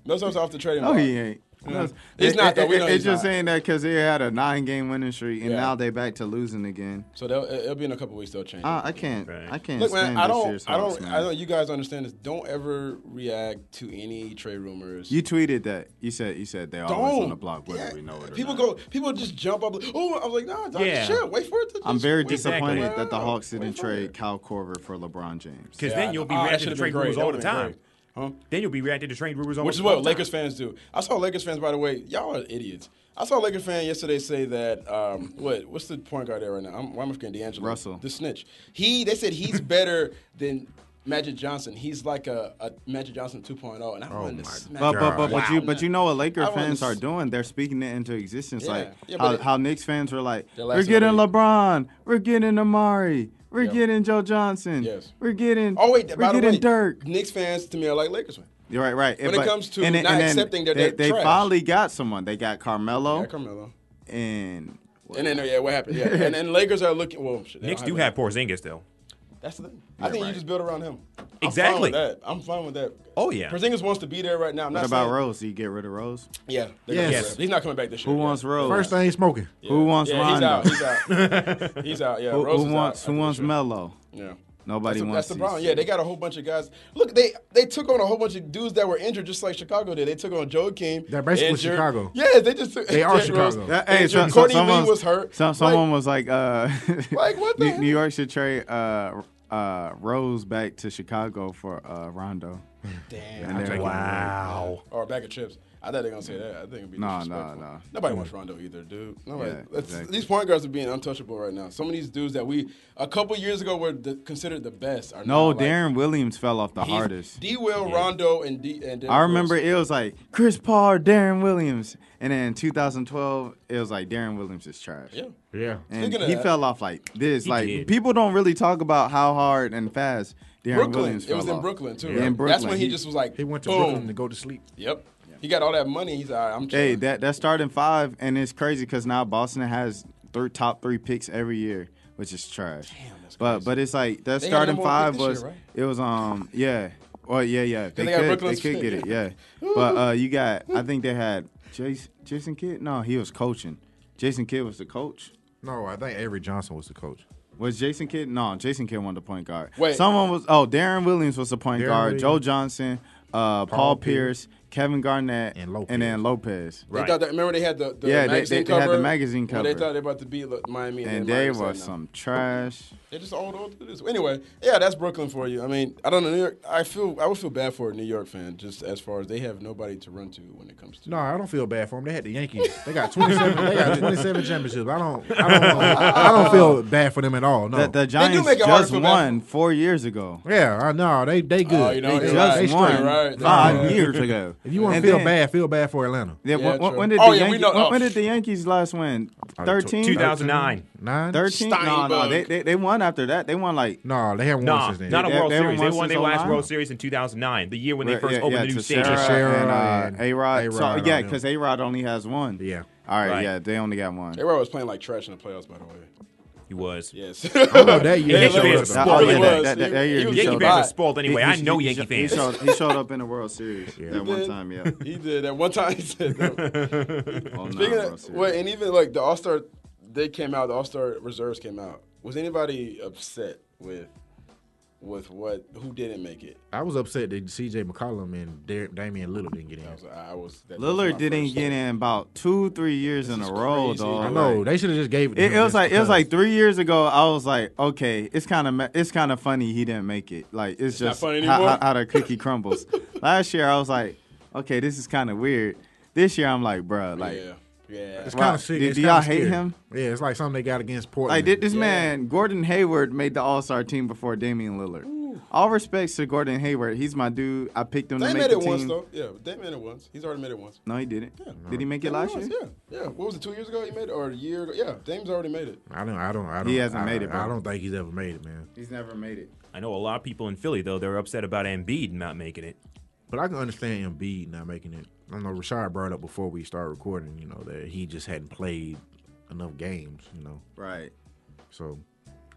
B: Millsap's off the trading
C: No,
B: block.
C: he ain't. No,
B: Mm. He's
C: it-
B: not, though.
C: it-
B: We know
C: it-
B: he's
C: It's just
B: not.
C: saying that because they had a nine-game winning streak, and
B: Yeah.
C: now they back to losing again.
B: So they'll, it- it'll be in a couple weeks. They'll change. it.
C: I, I can't.
E: Right.
C: I can't
B: Look,
C: stand
B: man, I
C: this
B: don't,
C: year's
B: I
C: Hawks,
B: don't,
C: man.
B: I don't. You guys understand this. Don't ever react to any trade rumors.
C: You tweeted that. You said you said they're always
B: don't.
C: on the block, whether
B: Yeah.
C: we know it or
B: people go,
C: not.
B: people just jump up. Like, oh, I was like, nah, dog,
E: Yeah.
B: shit. Wait for it to.
C: I'm
B: just-
C: very
B: wait for it.
C: disappointed
E: Exactly.
C: that the
B: Wow.
C: Hawks
B: Wait
C: didn't
B: for it.
C: trade Kyle Corver for LeBron James.
E: Because
B: Yeah,
E: then you'll be
B: ah, that
E: reacting to
B: should've
E: trade
B: been
E: rumors
B: great.
E: all
B: That
E: the
B: would've been
E: time.
B: great. Huh?
E: Then you'll be reacting to trade rumors all
B: Which is
E: the
B: what
E: time.
B: Lakers fans do. I saw Lakers fans, by the way, y'all are idiots. I saw a Lakers fan yesterday say that um, what what's the point guard there right now? I'm, why am I forgetting D'Angelo?
C: Russell.
B: the snitch. He they said
C: *laughs*
B: he's better than Magic Johnson. He's like a, a Magic Johnson 2.0, and I
D: Oh
B: wanted to
D: my
B: smack
C: But,
B: him.
C: but, but,
D: Wow.
C: but you but you know what Laker
B: I wanna
C: fans are
B: s-
C: doing? They're speaking it into existence.
B: Yeah.
C: Like
B: Yeah, but
C: how,
B: it-
C: how Knicks fans were like,
B: They're
C: we're
B: last in
C: getting
B: the league."
C: LeBron, we're getting Amari, we're
B: Yep.
C: getting Joe Johnson,
B: Yes.
C: we're getting
B: Oh wait,
C: we're
B: by the
C: getting
B: way,
C: Dirk.
B: Knicks fans to me are like Lakers fans.
C: You're right, right.
B: When it comes to
C: then-
B: not
C: then
B: accepting that
C: they,
B: they're
C: they
B: trash.
C: finally got someone. They got Carmelo
B: Yeah, Carmelo.
C: and
B: And then yeah, what happened? Yeah, and then Lakers are looking. Well, shit, they
E: Knicks
B: don't
E: do
B: that.
E: have Porzingis though.
B: That's the thing. I think
C: right.
B: you just build around him. I'm fine with
E: Exactly.
B: that. I'm fine with that.
E: Oh, yeah.
B: Porzingis wants to be there right now. I'm
C: what
B: not
C: about
B: saying-
C: Rose? Do you get rid of Rose?
B: Yeah. they're
D: Yes.
B: gonna do that. He's not coming back this year.
C: Who
B: yeah.
C: wants Rose?
D: First thing, smoking.
B: Yeah.
C: Who wants
B: yeah,
C: Rondo?
D: *laughs*
B: He's out. He's out. he's out. Yeah.
C: Who,
B: Rose
C: who
B: is out
C: wants
B: after
C: who
B: this
C: wants
B: year.
C: Melo?
B: Yeah. That's,
C: Nobody
B: the-
C: wants
B: that's the
C: these-
B: problem. Yeah, they got a whole bunch of guys. Look, they they took on a whole bunch of dudes that were injured, just like Chicago did. They took on Joe King.
D: They're basically
B: injured.
D: Chicago.
B: Yeah, they just took,
D: They are
B: Derrick Rose
D: Chicago.
C: Yeah, hey,
B: injured.
C: some- some-
B: Courtney
C: someone-
B: Lee was hurt.
C: some-
B: Like,
C: someone was like, uh,
B: *laughs* Like, what the
C: New,
B: hell?
C: New York should trade uh, uh, Rose back to Chicago for uh, Rondo.
B: *laughs* damn.
C: And they're like,
E: Wow.
B: Or a bag oh, of chips. I thought they gonna say that. I think it'd be
C: No, no,
B: disrespectful.
C: no.
B: Nobody wants Rondo either, dude. Nobody.
C: Yeah,
B: that's-
C: exactly.
B: These point guards are being untouchable right now. Some of these dudes that we a couple years ago were the, considered the best are
C: No,
B: now, like,
C: Darren Williams fell off the
B: he's-
C: hardest.
B: D. Will Rondo and D. And Derrick
C: I remember
B: Rose.
C: it was like Chris Paul, Darren Williams, and then in 2012 it was like Darren Williams is trash.
B: Yeah.
D: Yeah.
C: And
B: Speaking of
C: he
B: that-
C: fell off like this.
E: He
C: like
E: did.
C: people don't really talk about how hard and fast Darren
B: Brooklyn.
C: Williams
B: It
C: fell
B: was in
C: off.
B: Brooklyn too.
C: Yeah,
B: right?
C: in
B: That's
C: Brooklyn.
B: when he,
C: He-
B: just was like
D: He went to
B: boom.
D: Brooklyn to go to sleep.
B: Yep. He got all that money. He's like, I'm
C: Hey,
B: chilling.
C: that that starting five, and it's crazy because now Boston has three top three picks every year, which is trash.
B: Damn, that's
C: but
B: crazy.
C: but it's like that
B: They got
C: starting
B: number one
C: five
B: pick this
C: was
B: year, right?
C: it was um yeah well yeah yeah they,
B: they got
C: could they
B: Brooklyn's
C: could
B: pick,
C: get it yeah but uh you got I think they had Jason Jason Kidd no he was coaching Jason Kidd was the coach.
D: No, I think Avery Johnson was the coach.
C: Was Jason Kidd? No, Jason Kidd won the point guard.
B: Wait.
C: Someone was. Oh, Darren Williams was the point
D: Darren
C: guard.
D: Williams.
C: Joe Johnson, uh, Paul, Pierce,
D: Pierce.
C: Kevin Garnett,
D: And Lopez.
C: then Lopez.
B: They
E: Right.
B: thought that, remember they had the, the
C: Yeah, they-
B: magazine
C: they- they had the
B: cover,
C: magazine
B: where They
C: cover.
B: thought they about to beat like, Miami, and, then
C: And they
B: Miami said
C: were
B: no.
C: some trash.
B: They just old old to this. Anyway, yeah, that's Brooklyn for you. I mean, I don't know New York. I feel I would feel bad for a New York fan just as far as they have nobody to run to when it comes to.
D: No, I don't feel bad for them. They had the *laughs* Yankees. They got 27. they got *laughs* 27 championships. I don't. I don't. I don't feel bad for them at all. No.
C: The, the Giants
B: make it hard
C: just
B: to feel bad
C: won four years ago.
D: yeah. I know. They. They good.
B: Oh, you know,
D: they
B: you're
D: good.
B: right.
C: Just
D: They
C: won
D: straight.
B: You're right.
C: five
B: That's right.
C: years ago.
D: If you want to
C: And
D: feel
C: then-
D: bad, feel bad for Atlanta.
C: Yeah,
B: Yeah,
C: when, when-
B: true.
C: when did
B: Oh,
C: the
B: yeah, we
C: Yankees,
B: know-
C: when,
B: oh.
C: when did the Yankees last win?
D: Oh, tw-
C: 13?
E: 2009.
D: Nine.
C: 13? No, no, they,
B: Steinberg.
C: they, they won after that. They won like
D: No, they haven't won
E: Nah,
D: since then.
E: not a
C: They-
E: World
C: they haven't
E: Series. They
C: won
E: won their
C: since
E: last
C: 09.
E: World Series in 2009, the year when they
C: Right,
E: first
C: yeah,
E: opened
C: yeah,
E: the new
C: to
E: stadium.
C: Sarah
D: Sarah
C: and, uh,
D: and
C: A-Rod. So,
D: A-Rod
C: yeah,
D: on
C: because A-Rod only has one.
D: Yeah.
C: All right,
E: Right.
C: yeah, they only got one.
B: Everybody was playing like trash in the playoffs, by the way.
E: He was.
B: Yes.
D: Oh, that
B: *laughs*
D: year.
E: Yeah,
D: they
E: Yankee
D: showed
E: fans
D: up.
E: are
C: Oh,
E: spoiled.
C: yeah,
E: He
C: that-
B: was.
C: that- that- that
B: He
C: year
B: was
C: he
E: Yankee
C: showed
E: fans
B: Bye.
E: are
C: up.
E: spoiled anyway.
C: He- he-
E: I know
C: he
E: Yankee
C: sho- he
E: fans.
C: showed- He showed up in the World Series. That one
B: did.
C: time, yeah.
B: He did that one time. He said that.
C: Oh, no,
B: Speaking
C: World
B: of,
C: Series.
B: well, and even like the All Star, they came out. The All Star reserves came out. Was anybody upset with with what who didn't make it?
D: I was upset that C.J. McCollum and Dar- Damian Lillard didn't get in.
B: I was, I was that was my
C: Lillard didn't
B: first
C: get
B: thought.
C: in about two, three years in
B: is
C: a row,
B: crazy,
C: dog.
B: dude.
D: I know
C: Like,
D: they should have just gave it. to
C: It,
D: him
C: it was
D: just
C: like it was
D: because.
C: like three years ago. I was like, okay, it's kind of it's kind of funny he didn't make it. Like it's,
B: not
C: just
B: funny
C: how,
B: anymore?
C: how, how the cookie
B: *laughs*
C: crumbles. Last year I was like, okay, this is kind of weird. This year I'm like, bruh, like
B: yeah, yeah.
D: It's
C: Wow.
D: kind of sick.
C: Do-
D: It's
C: do y'all
D: kinda
C: hate
D: scary.
C: him?
D: Yeah, it's like something they got against Portland.
C: Like did this
B: Yeah.
C: man Gordon Hayward made the All Star team before Damian Lillard. All respects to Gordon Hayward. He's my dude. I picked him
B: They
C: to
B: made
C: make
B: it
C: the team.
B: once though. Yeah, they made it once. He's already made it once.
C: No, he didn't. Did he make it
B: Yeah,
C: last
B: once,
C: year?
B: Yeah, yeah. What was it? Two years ago he made it, or a year ago? Yeah, Dame's already made it.
D: I don't. I don't. I don't.
C: He hasn't
D: I-
C: made it, bro.
D: I don't think he's ever made it, man.
C: He's never made it.
E: I know a lot of people in Philly though. They're upset about Embiid not making it.
D: But I can understand Embiid not making it. I know Rashad brought up before we started recording. You know that he just hadn't played enough games. You know,
C: Right.
D: so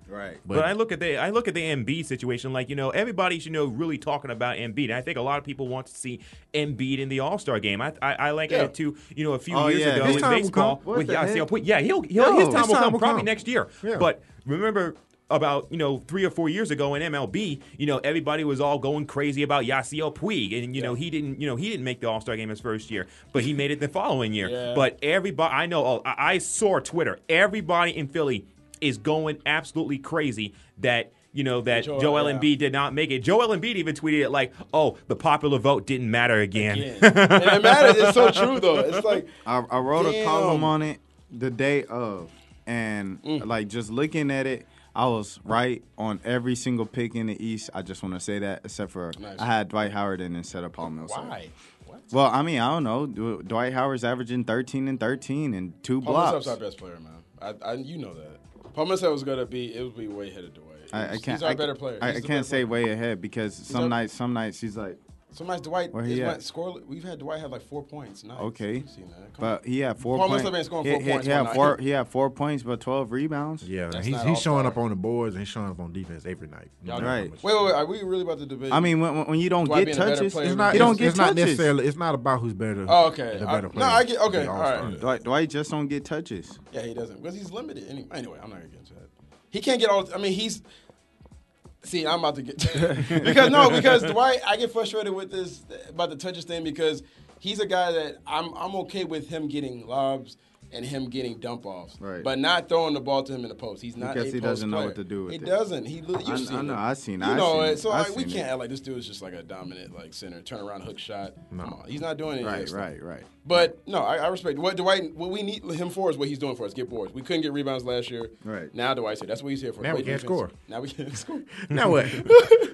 C: Right.
E: But,
D: But-
E: I look at the I look at the Embiid situation like you know everybody should know really talking about Embiid. And I think a lot of people want to see Embiid in the All Star game. I, I I like
B: Yeah.
E: it too. You know a few
C: Oh,
E: years
C: yeah.
E: ago
C: His
E: in
D: time will
E: baseball
D: come.
C: What
E: with
C: the
E: Yasiel
C: heck?
E: Puig. Yeah, he'll, he'll his
C: Yo,
E: time
D: his
E: will
D: time
E: come
D: will
E: probably
D: come.
E: next year.
D: Yeah.
E: But remember about you know three or four years ago in MLB, you know everybody was all going crazy about Yasiel Puig, and you know he didn't you know he didn't make the All Star game his first year, but he made it the following year.
B: Yeah.
E: But everybody I know, I, I saw Twitter. Everybody in Philly is going absolutely crazy that. You know that
B: Joel,
E: Joel
B: yeah.
E: Embiid did not make it. Joel Embiid even tweeted it like, "Oh, the popular vote didn't matter again."
B: Yeah. and it matters. It's so true though. It's like
C: I, I wrote a
B: Damn. Mm.
C: column on it the day of, and like just looking at it, I was right on every single pick in the East. I just want to say that, except for
B: Nice.
C: I had Dwight Howard in instead of Paul Millsap.
B: why? What?
C: Well, I mean, I don't know. Dw- Dwight Howard's averaging 13 and 13 and two
B: Paul
C: blocks.
B: Millsap's our best player, man. I, I you know that. Paul Millsap was gonna be it would be way ahead of Dwight.
C: I, I
B: He's-
C: can't.
B: He's our
C: I,
B: better player.
C: I, I
B: He's the
C: can't
B: better
C: say
B: player.
C: way ahead because some
B: our-
C: nights, some nights he's like,
B: Sometimes Dwight
C: Where
B: is
C: he
B: my
C: at?
B: score. We've had Dwight have like four points. Nice.
C: okay,
B: We've seen that. Come on.
C: but he had four
B: Paul
C: points.
B: Millsap ain't scoring
C: He,
B: four
C: he-
B: points
C: he
B: one
C: had
B: night.
C: four. He had four points, but 12 rebounds.
D: yeah,
B: That's
D: he's
B: not
D: he's showing
B: all-star.
D: up on the boards and he's showing up on defense every night.
B: Y'all know
C: Right.
D: how much-
B: Wait, wait, wait. Are we really about to debate?
C: I mean, when, when- when you don't
B: Dwight being
C: get
B: a better
C: touches,
B: player
D: It's
B: than
D: not.
C: you don't
D: it's,
C: get
D: it's not
C: touches.
D: necessarily. It's not about who's better.
B: Oh, okay.
D: The better
B: I- no,
D: player.
B: I get- okay,
D: The
B: all
D: all-star.
B: right.
C: Dwight, Dwight just don't get touches.
B: Yeah, he doesn't because he's limited. Anyway, anyway, I'm not gonna get into that. He can't get all. I mean, he's See, I'm about to get *laughs* because no, because Dwight, I get frustrated with this about the touches thing because he's a guy that I'm I'm okay with him getting lobs and him getting dump offs,
C: Right.
B: but not throwing the ball to him in the post. He's not
C: Because
B: a
C: he
B: post
C: doesn't know
B: player.
C: what to do with
B: he
C: it.
B: doesn't. He li-
C: I-
B: you've seen
C: I know,
B: it.
C: I've seen it,
B: You
C: I've
B: know
C: seen
B: it.
C: it,
B: So
C: I've
B: like, we
C: seen it.
B: can't act like this dude is just like a dominant like center turnaround hook shot.
D: No.
B: Come on, he's not doing it.
C: Right, right, right.
B: But no, I, I respect what Dwight. What we need him for is what he's doing for us. Get boards. We couldn't get rebounds last year.
C: Right.
B: now, Dwight's here. That's what he's here for.
D: Now we
B: Play
D: can't
B: defense.
D: score.
B: Now we can't *laughs* score.
D: *laughs* Now what?
B: we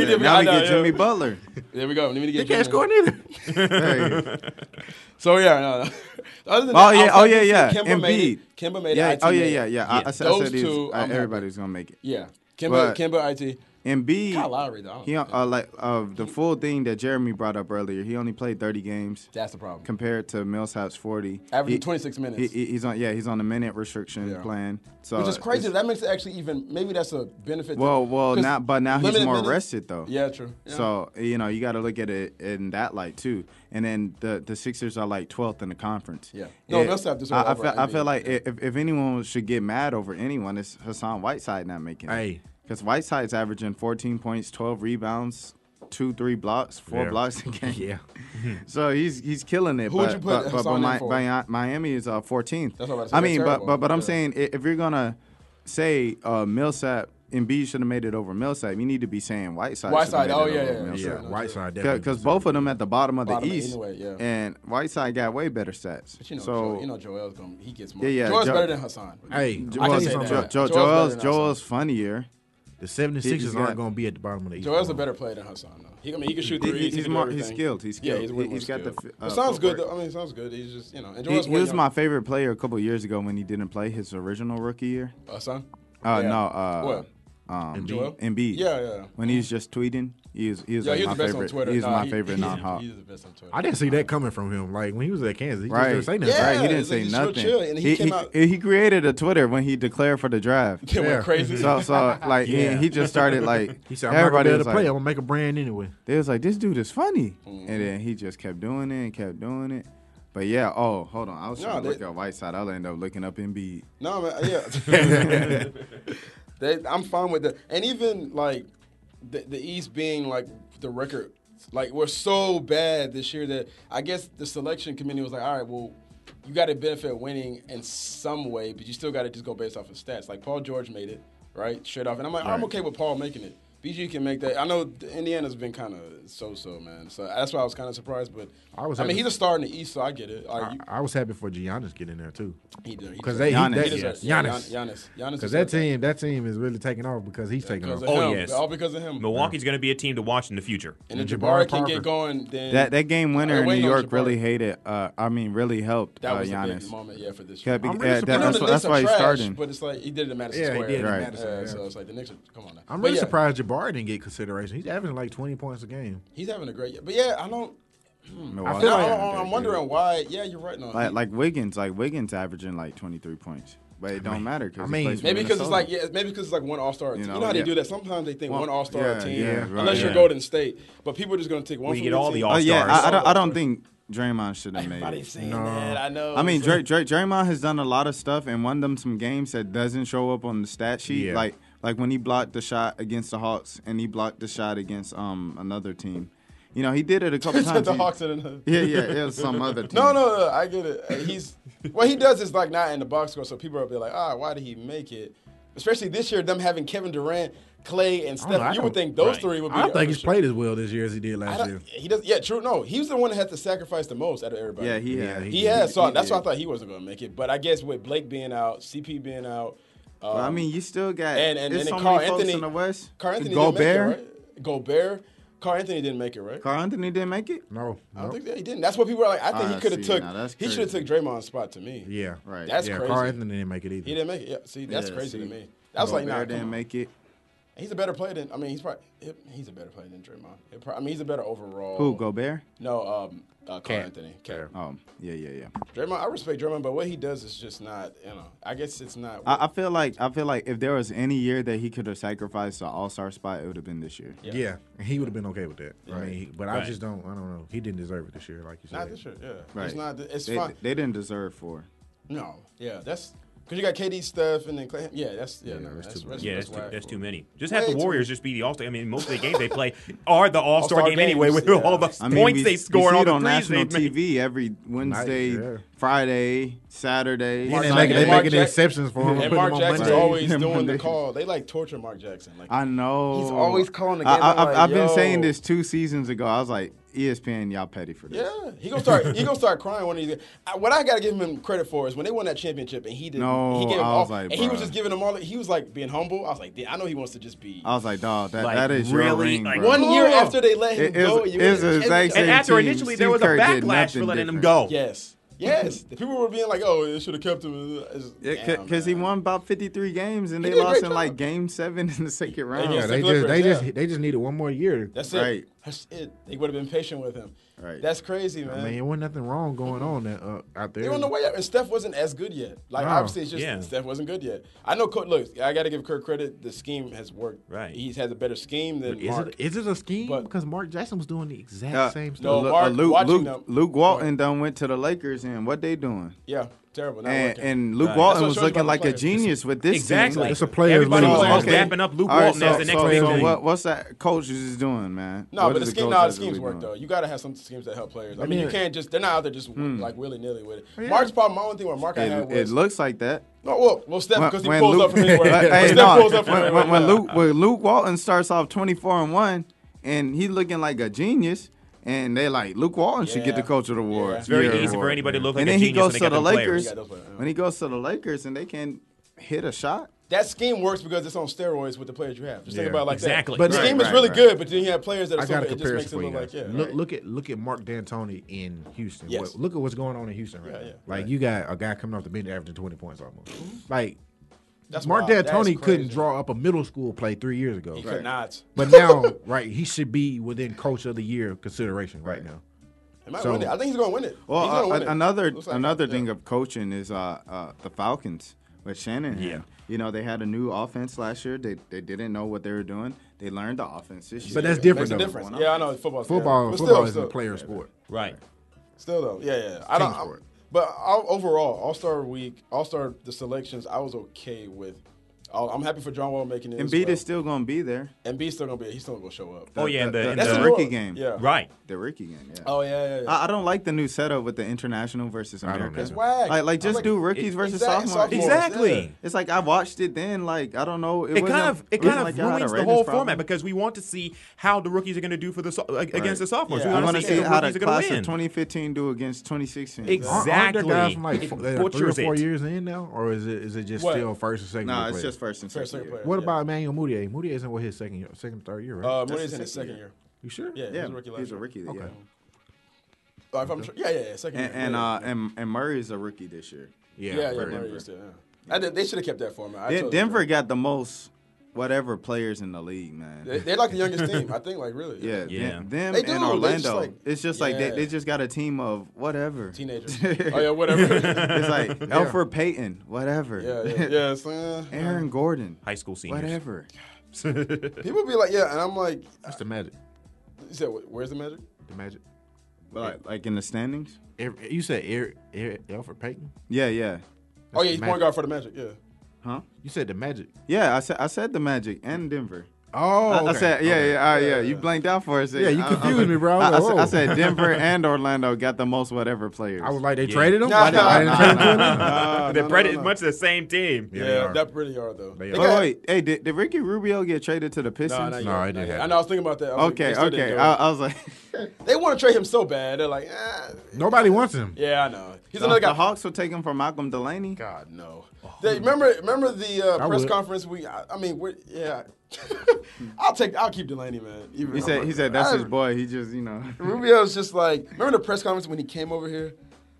C: Shit,
B: did-
C: now
B: I
C: we
B: know,
C: get
B: yeah. *laughs*
C: Jimmy Butler.
B: There we go. Let me
D: They
B: get Jimmy.
D: can't score neither.
C: *laughs* Hey,
B: So yeah, no. *laughs* no. Other than
C: Oh
B: that,
C: yeah,
B: outside
C: oh yeah,
B: this year,
C: yeah.
B: Kimba made it.
C: Embiid.
B: Kimba made
C: yeah,
B: it. IT
C: Oh yeah,
B: made
C: yeah,
B: it.
C: yeah. I, I said, I
B: Those
C: said these-
B: two,
C: I-
B: I'm happy.
C: everybody's gonna make it.
B: Yeah, Kimba,
C: But-
B: Kimba, IT.
C: Embiid,
B: Kyle Lowry, though, I don't
C: He
B: think-
C: uh, like uh, the full thing that Jeremy brought up earlier. He only played 30 games
B: That's the problem.
C: compared to Millsap's 40.
B: Averaging
C: He-
B: 26
C: He,
B: minutes,
C: he- he's on yeah he's on the minute restriction
B: Yeah.
C: plan. So
B: which is crazy.
C: it's-
B: That makes it actually even. Maybe that's a benefit. to-
C: Well, well,
B: 'cause
C: now but now he's
B: limited
C: more
B: minutes-
C: rested though.
B: Yeah, true. Yeah.
C: So you know you got to look at it in that light too. And then the the Sixers are like 12th in the conference.
B: Yeah. No, Millsap
C: this.
B: deserve
C: I, I
B: over
C: feel I
B: Embiid.
C: feel like if if anyone should get mad over anyone, it's Hassan Whiteside not making.
D: Hey.
C: Because Whiteside's averaging 14 points, 12 rebounds, two three blocks, four
D: Yeah.
C: blocks
D: *laughs*
C: a game.
D: yeah.
C: So he's he's killing it.
B: Who would
C: but,
B: you put
C: but, but,
B: Hassan
C: but
B: in
C: Mi-
B: for?
C: Mi- Miami is uh, 14th.
B: That's what I was about to say.
C: I mean,
B: That's
C: but
B: terrible.
C: but but I'm
B: Yeah.
C: saying i- if you're gonna say uh, Millsap Embiid should have made it over Millsap, you need to be saying Whiteside. shoulda
B: Whiteside,
C: made
B: oh,
C: it
B: yeah,
C: over
B: yeah,
C: Millsap.
D: Yeah,
B: Sure,
D: right
B: sure.
D: side definitely.
C: Because both of them at the bottom of the
B: Bottom of the
C: East,
B: anyway, yeah.
C: and Whiteside got way better stats.
B: But you know,
C: so
B: Joel, you know, Joel's gonna. He gets more.
C: Yeah, yeah,
B: Joel's
C: Jo-
B: better than Hassan.
D: Hey,
C: Jo-
B: I
C: well,
B: can say
C: Jo-
B: that.
C: Jo-
B: Joel's
C: Jo-
B: better
C: Joel's
B: than
C: Joel's funnier.
D: the 76ers
C: he's
D: aren't
C: got-
D: going to be at the bottom of the East.
B: Joel's a
D: bro.
B: better player than Hassan. Though. He, I mean, he can shoot
C: He-
B: threes.
C: he's
B: he can do
C: more- he's
B: everything.
C: skilled, he's
B: Yeah,
C: skilled.
B: he's, way
C: He-
B: more
C: he's got the
B: skilled.
C: fi-
B: But
C: uh,
B: sounds good.
C: footwork.
B: Though. I mean, sounds good. He's just you know. And
C: He,
B: Joel's
C: he
B: way
C: was
B: young-
C: my favorite player a couple years ago when he didn't play his original rookie year.
B: Hassan.
C: Uh,
B: Yeah.
C: no, uh,
B: What?
C: um,
B: Joel?
C: Embiid.
B: Yeah, yeah.
C: When he's just tweeting, he is he is
B: Yeah,
C: like
B: he
C: my
B: was the best on
C: favorite.
B: Twitter.
C: He's
B: Nah,
C: my
B: he-
C: favorite
B: he-
C: non-hawk.
B: He's the best on Twitter. *laughs*
D: I didn't see that coming from him. Like when he was at Kansas, he
C: Right.
D: just didn't say
B: Yeah.
D: nothing.
C: Right, he didn't
B: it's like
C: say
B: he's so
C: nothing.
B: chill, and he
C: he,
B: came out-
C: he created a Twitter when he declared for the draft.
B: It went
D: Yeah.
B: crazy.
C: *laughs* So so like he-
D: Yeah.
C: he, just started like
D: He said, "I'm
C: everybody
D: not
C: was
D: going to play.
C: like,
D: I'm gonna make a brand anyway."
C: they was like this dude is funny,
B: Mm-hmm.
C: and then he just kept doing it and kept doing it. But yeah, oh hold on, I was
B: No,
C: trying to look
B: that-
C: at Whiteside. I'll end up looking up Embiid.
B: No, man,
D: *laughs*
B: yeah. they, I'm fine with that. And even like the, the East being like the record, like we're so bad this year that I guess the selection committee was like, all right, well, you got to benefit winning in some way, but you still got to just go based off of stats. Like Paul George made it, right? Straight off. And I'm like, I'm
C: Right.
B: okay with Paul making it. BG can make that. I know th- Indiana's been kind of so-so, man. So that's why I was kind of surprised. But I,
D: I was
B: mean,
D: happy-
B: he's a star in the East, so I get it. Like,
D: I,
B: you,
D: I was happy for Giannis getting there too,
B: he did- he
D: because
B: did.
D: they
C: Giannis,
D: Giannis,
B: He
D: he,
B: deserves-
D: that,
B: yeah,
D: Giannis,
B: Giannis, Giannis,
D: because that
B: deserves it.
D: team, that team is really taking off because he's taking
B: Because
D: off.
B: of
E: Oh,
B: him.
E: yes.
B: All because of him.
E: Milwaukee's going to be a team to watch in the future.
B: And if
D: And
B: Jabari,
D: Jabari
B: can get
D: Parker.
B: going, then
C: That that game winner
B: Hey,
C: in New
B: wait, no,
C: York
B: Jabari.
C: really hated. Uh, I mean, really helped
B: that
C: uh,
B: was a
C: Giannis.
B: big moment, yeah, for this
C: Yeah,
B: year.
C: be-
D: I'm really
C: yeah, that-
B: I know
D: surprised-
B: the
C: that's, why-
B: Knicks
C: that's
B: are
C: why he
B: trash,
C: started.
B: but it's like he did it in Madison
D: Yeah, he
B: Square.
D: did it in
B: Right.
D: Madison,
B: Yeah,
D: yeah.
B: So it's like the Knicks are come on now.
D: I'm
B: But
D: really
B: yeah,
D: surprised Jabari didn't get consideration. He's averaging like 20 points a game.
B: He's having a great year, but yeah, I don't.
C: Milwaukee.
B: I,
D: like-
B: am wondering why. Yeah, you're right. No,
C: like
B: he-
C: like Wiggins, like Wiggins averaging like 23 points, but it don't matter because
D: I mean,
B: maybe because it's like yeah, maybe because it's like one All Star. You,
C: You
B: know,
C: know,
B: you know how they
C: yeah.
B: do that. Sometimes they think
C: Well,
B: one All Star
C: yeah,
B: team,
C: yeah, right,
B: unless you're
E: yeah.
B: Golden State, but people are just gonna take one.
E: We
B: from
E: get
B: the
E: all
B: team.
E: the
C: oh yeah,
E: All-Stars.
C: I, I don't I don't think Draymond should have made
B: I didn't
C: it.
B: say that. I know.
C: I mean,
B: It's like- *laughs*
C: Dray, Dray, Draymond has done a lot of stuff and won them some games that doesn't show up on the stat sheet.
D: Yeah.
C: Like like when he blocked the shot against the Hawks and he blocked the shot against um another team. You know, he did it a couple
B: *laughs*
C: times.
B: the
C: He-
B: Hawks are in
C: Yeah, yeah, it was some other team.
B: *laughs* No, no, no. I get it. Uh, He's what he does is like not in the box score, so people will be like, ah, why did he make it? Especially this year, them having Kevin Durant, Clay, and
D: I don't know,
B: Steph.
D: I
B: You would
D: don't-
B: think those
E: right.
B: three would be.
D: I don't
B: the
D: think he's
B: unders-
D: played as well this year as he did
B: I
D: last year.
B: don't- He does. Yeah, true. No, he's the one that had to sacrifice the most out of everybody.
C: Yeah, he
D: Yeah,
C: had.
B: He, has. So
C: he
B: that's why I
C: did.
B: thought he wasn't going to make it. But I guess with Blake being out, CP being out, um,
C: Well, I mean, you still got
B: and and,
C: there's
B: and
C: so
B: Carl
C: many folks
B: Anthony
C: in the West.
B: Carl Anthony
C: Gobert,
B: didn't make it, right? Gobert. Carl Anthony didn't make it, right?
C: Carl Anthony didn't make it.
D: No,
B: I don't
D: no.
B: think that he didn't. That's what people are like. I think
C: Ah,
B: he could have
C: see,
B: took.
C: now that's
B: he should have
C: crazy.
B: took Draymond's spot to me.
D: yeah,
C: Right.
B: That's
D: yeah,
B: crazy.
D: Carl Anthony didn't make it either.
B: He didn't make it. Yeah, see, that's
C: Yeah,
B: crazy to
C: see.
B: me. That was like, nah,
C: Gobert
B: come
C: didn't
B: on.
C: make it.
B: he's a better player than. I mean, he's probably he- he's a better player than Draymond. He pro- I mean, he's a better overall.
C: Who Gobert?
B: No, um, uh, Carl
D: Cat.
B: Anthony. Cat.
C: Oh, yeah, yeah, yeah.
B: Draymond, I respect Draymond, but what he does is just not. You know, I guess it's not.
C: I, I feel like I feel like if there was any year that he could have sacrificed the All Star spot, it would have been this year.
B: Yeah.
D: Yeah. he would have been okay with that. I mean, he, but I
E: Right.
D: just don't. I don't know. He didn't deserve it this year, like you said.
B: not this year. Yeah,
C: Right.
B: it's not. It's
C: they,
B: fine.
C: they didn't deserve four.
B: No, yeah, that's Because you got KD, Steph, and then Clay. Yeah, that's yeah, no,
D: that's
B: that's,
D: too
B: that's,
E: Yeah, that's,
B: why
E: too,
B: I-
E: that's too many. Just have
B: Way
E: the
B: too
E: Warriors just be the All Star. I mean, most of the games they play are the All Star
B: All-Star
E: game anyway,
B: games,
E: with
B: yeah.
E: all the
C: I mean,
E: points
C: we-
E: they
C: we
E: score and
C: see
E: all
C: it
E: the
C: on
E: threes
C: national
E: they make.
C: TV every Wednesday,
D: yeah.
C: Friday, Saturday.
D: And they
C: Sunday.
D: make, they
B: Mark
D: making
B: Jack-
D: exceptions for him.
B: And
D: putting
B: Mark
D: him on
B: Jackson's
D: Monday.
C: *laughs*
B: always
C: Yeah,
B: doing the
C: Monday.
B: call. They like torture Mark Jackson. Like
C: I know.
B: He's always calling the
C: I,
B: game. I'm
C: I,
B: like,
C: I've been
B: yo.
C: saying this two seasons ago. I was like, E ESPN, y'all petty for this.
B: Yeah, he gonna start. he gonna start crying when he. I, what I gotta give him credit for is when they won that championship and he didn't.
C: No,
B: he
C: I
B: all,
C: was like,
B: and he was
C: bruh.
B: just giving them all. He was like being humble. I was like, "Damn, I know he wants to just be.
C: I was like, dog, that,
E: Like,
C: that is your
E: really?
C: ring,
E: Like,
C: bro.
B: One year
E: Ugh.
B: after they let him
C: It
B: go,
C: is-
B: you win
C: is the
B: the
C: exact same
E: And
B: championship.
E: after
C: team,
E: initially
C: Steve
E: there was a
C: Kerr did
E: backlash for
C: nothing
E: letting him
C: different.
E: go.
B: Yes, yes. the people were being like, "Oh, it should have kept him."
C: Because he won about 53 games and
B: He
C: they
B: did a
C: lost in
B: great
C: like
B: job.
C: game seven in the second round.
D: Yeah,
B: Against
D: they
B: the
D: just they
B: Clippers,
D: just
B: yeah.
D: they just needed one more year.
B: That's it.
C: Right.
B: That's it. They would have been patient with him.
C: Right.
B: That's crazy, man.
D: I mean, it wasn't nothing wrong going on there, uh, out there.
B: They were on Mm-hmm. the way up, and Steph wasn't as good yet. Like
D: No.
B: obviously, it's just
E: Yeah.
B: Steph wasn't good yet. I know. Coach, look, I got to give Kirk credit. The scheme has worked.
E: Right.
B: he's has a better scheme than
D: Is
B: Mark.
D: it is it a scheme?
B: But-
D: because Mark Jackson was doing the exact
C: Uh,
D: same stuff.
B: No,
C: Lu-
B: Mark,
C: uh, Luke,
B: watching
C: Luke,
B: them-
C: Luke Walton done went to the Lakers and what they doing?
B: yeah, terrible. Not
C: And,
B: working.
C: and Luke
E: Right.
C: Walton
B: That's what
C: was
B: shows you
C: looking
B: about
C: like a
B: players.
C: genius with this
E: Exactly.
C: team.
D: It's a players'
E: Everybody
D: league.
E: was
D: Oh,
E: almost
D: okay.
E: dapping up Luke
C: All right,
E: Walton as
C: so-
E: the next
C: so-
E: big
C: so
E: thing.
C: what, what's that coach is doing, man?
B: no,
C: What
B: but the
C: is
B: scheme,
C: coach
B: no, the
C: that's
B: schemes
C: really
B: work though.
C: doing?
B: You got to have some schemes that help players. I mean, you
D: mean-
B: can't just they're not out there just like willy nilly with it. Mark's problem. My only thing with Mark I had
C: Hmm. It, it
B: was
C: looks like that.
B: no, well, well Steph
C: When-
B: because he
C: when
B: pulls
C: Luke-
B: up from anywhere.
C: *laughs* Hey,
B: When Steph
C: nah,
B: pulls up from
C: when,
B: anywhere.
C: when- when
B: yeah.
C: Luke when Luke Walton starts off twenty four and one, and he looking like a genius, and they like Luke Walton should get
B: Yeah.
C: the coach of the award.
B: Yeah.
E: It's very
C: year
E: easy for
C: award.
E: anybody to look like
C: and
E: a
C: then he
E: genius when
C: goes
E: they
C: to
E: got
C: the
E: them players.
C: Lakers.
B: Yeah, those players, yeah.
C: When he goes to the Lakers and they can hit a shot,
B: that scheme works because it's on steroids with the players you have. Just think
D: Yeah.
B: about it like
E: Exactly.
B: that. But the
C: Right,
B: scheme is
C: right,
B: really
C: right.
B: good, but then you have players that are
D: I
B: so
D: got a
B: good, it just
D: comparison
B: makes it
D: for you
B: look
D: guys.
B: like yeah.
D: look,
B: right.
D: look at look at Mark D'Antoni in Houston.
B: Yes.
D: What- look at what's going on in Houston right
B: Yeah,
D: now.
B: yeah.
D: Like you got a guy coming off the bench averaging twenty points almost. Like
B: That's
D: Mark
B: wild. That's
D: D'Antoni couldn't
B: crazy.
D: draw up a middle school play three years ago.
B: He could not.
D: But
B: *laughs*
D: now, right, he should be within coach of the year consideration right, now.
B: He might
D: So-
B: win it. I think he's going to win it.
C: Well,
B: he's gonna
C: uh,
B: win it.
C: another
B: Looks like
C: another
B: that,
C: thing
B: yeah.
C: of coaching is uh, uh, the Falcons with Shanahan.
E: Yeah.
C: you know they had a new offense last year. They they didn't know what they were doing. They learned the offense this year.
D: But that's
B: Makes
D: different
B: a
D: though.
B: difference. Yeah, I know football.
D: Football,
B: yeah. But
D: football
B: still,
D: is a
B: still,
D: player sport.
E: Right.
B: Still though, yeah, yeah. I don't.
D: team
B: I-
D: sport.
B: but all, overall, All Star Week, All Star the selections, I was okay with. I'll, I'm happy for John Wall making it.
C: Embiid
B: as well.
C: is still going to be there.
B: And B's still gonna be. He's still gonna show up.
E: Oh, yeah, and the-
C: the,
E: and
C: the,
B: That's
E: the-
B: rule.
C: rookie game. Ah.
B: Yeah.
E: Right.
C: the rookie game. Yeah.
B: Oh yeah, yeah. yeah.
C: I, I don't like the new setup with the international versus
D: don't
C: America.
D: either. It's
B: whack.
C: Like, like
B: I
C: just
B: like-
C: do rookies versus
B: Exact-
C: sophomores.
B: sophomores,
E: Exactly.
B: yeah.
C: It's like I watched it then. Like I don't know. It,
E: It
C: wasn't-
E: kind of
C: wasn't
E: it kind of
C: like y'all had a
E: ruins the
C: ratings
E: whole
C: problem.
E: format because we want to see how the rookies are going to do for the so- ag- against the sophomores.
B: Yeah.
E: We
C: I
B: We
E: want to see
C: how the
E: the rookies are going
C: class
E: to
C: of
E: win.
C: 2015 do against 2016.
E: Exactly.
D: Aren't- aren't there guys from
E: It
D: like four- that are three or
E: butchers
D: four
E: it.
D: years in now, or is it is it just
B: What?
D: still first and second?
C: Nah,
D: year
C: it's
D: players?
C: just first and
B: First
C: second.
B: year
C: year.
B: player.
D: What
B: Yeah.
D: about Emmanuel Moutier? Moutier isn't what his second year, second third year, right?
B: Uh,
C: That's
B: Moody's
C: the
B: in his
C: second
B: second year.
D: you sure?
B: Yeah,
C: Yeah,
B: he's a rookie. last
C: he's a
B: year.
C: rookie.
D: Okay.
C: Yeah.
B: Oh, if I'm sure. Yeah, yeah, yeah, second
C: And
B: year.
C: and,
B: yeah.
C: uh, and and Murray's a rookie this year.
D: Yeah,
B: yeah, yeah,
D: for
B: Murray
D: Denver.
B: is, yeah. I did- they should have kept that format. I
C: Den-
B: totally
C: Denver
B: agree.
C: got the most whatever players in the league, man.
B: They, they're like the youngest team, I think. Like really.
C: yeah,
E: Yeah.
C: them- them
B: They do, they
C: and
B: just
C: Orlando.
B: like-
C: it's just like they,
B: Yeah.
C: they just got a team of
B: *laughs*
C: whatever. *laughs*
B: Teenagers. oh yeah, whatever.
C: It's like Alfred Payton, whatever.
B: yeah,
C: *laughs*
B: yeah, yeah. It's, uh,
C: Aaron Gordon,
E: High school seniors.
C: whatever.
B: People be like, yeah, and I'm like,
D: That's the magic.
B: you said, "Wh- where's the magic?
D: The magic.
C: Like, like in the standings?
D: Every- You said Eric, Eric Alfred Payton.
C: Yeah, yeah.
B: oh yeah, he's
D: Magic.
B: point guard for the magic. Yeah.
C: Huh?
D: You said the magic.
C: Yeah, I said I said the Magic and Denver.
D: Oh,
C: I, I
D: okay.
C: said yeah,
D: Okay.
C: yeah, all right, yeah. You blanked out for a second.
D: Yeah, you
C: I- I-
D: confused me, bro. I
C: I, I
D: was
C: said,
D: like,
C: I
D: oh.
C: said Denver and Orlando got the most whatever players.
D: I was like, they
E: Yeah.
D: traded him.
B: Nah,
D: Why did- why
B: nah,
D: didn't they trade him?
C: Uh,
E: They're
B: no,
E: pretty
B: no.
E: much the same team.
D: Yeah,
B: Yeah,
D: they are.
B: that really are though.
D: They
B: They
D: are.
C: wait,
B: got-
C: Oh, wait, hey, did, did Ricky Rubio get traded to the
B: Nah,
C: Pistons?
B: not
D: No,
B: yet,
D: it didn't
B: not yet.
D: happen.
B: I know. I was thinking about that. I was like,
C: Okay,
B: they still
C: okay.
B: didn't
C: I,
B: do it.
C: I
B: *laughs*
C: was like,
B: They want to trade him so bad. They're like, eh.
D: Nobody wants him.
B: yeah, I know. He's
C: the,
B: another
C: the
B: guy.
C: Hawks Oh, will take him from Malcolm Delaney.
B: God no. They, remember, remember the uh,
D: I
B: press
D: would.
B: conference. We, I, I mean, we're, yeah. *laughs* I'll take, I'll keep Delaney, man. Even-
C: He said, he said that's
B: I-
C: his boy. He just, you know.
B: Rubio's just like, remember the press conference when he came over here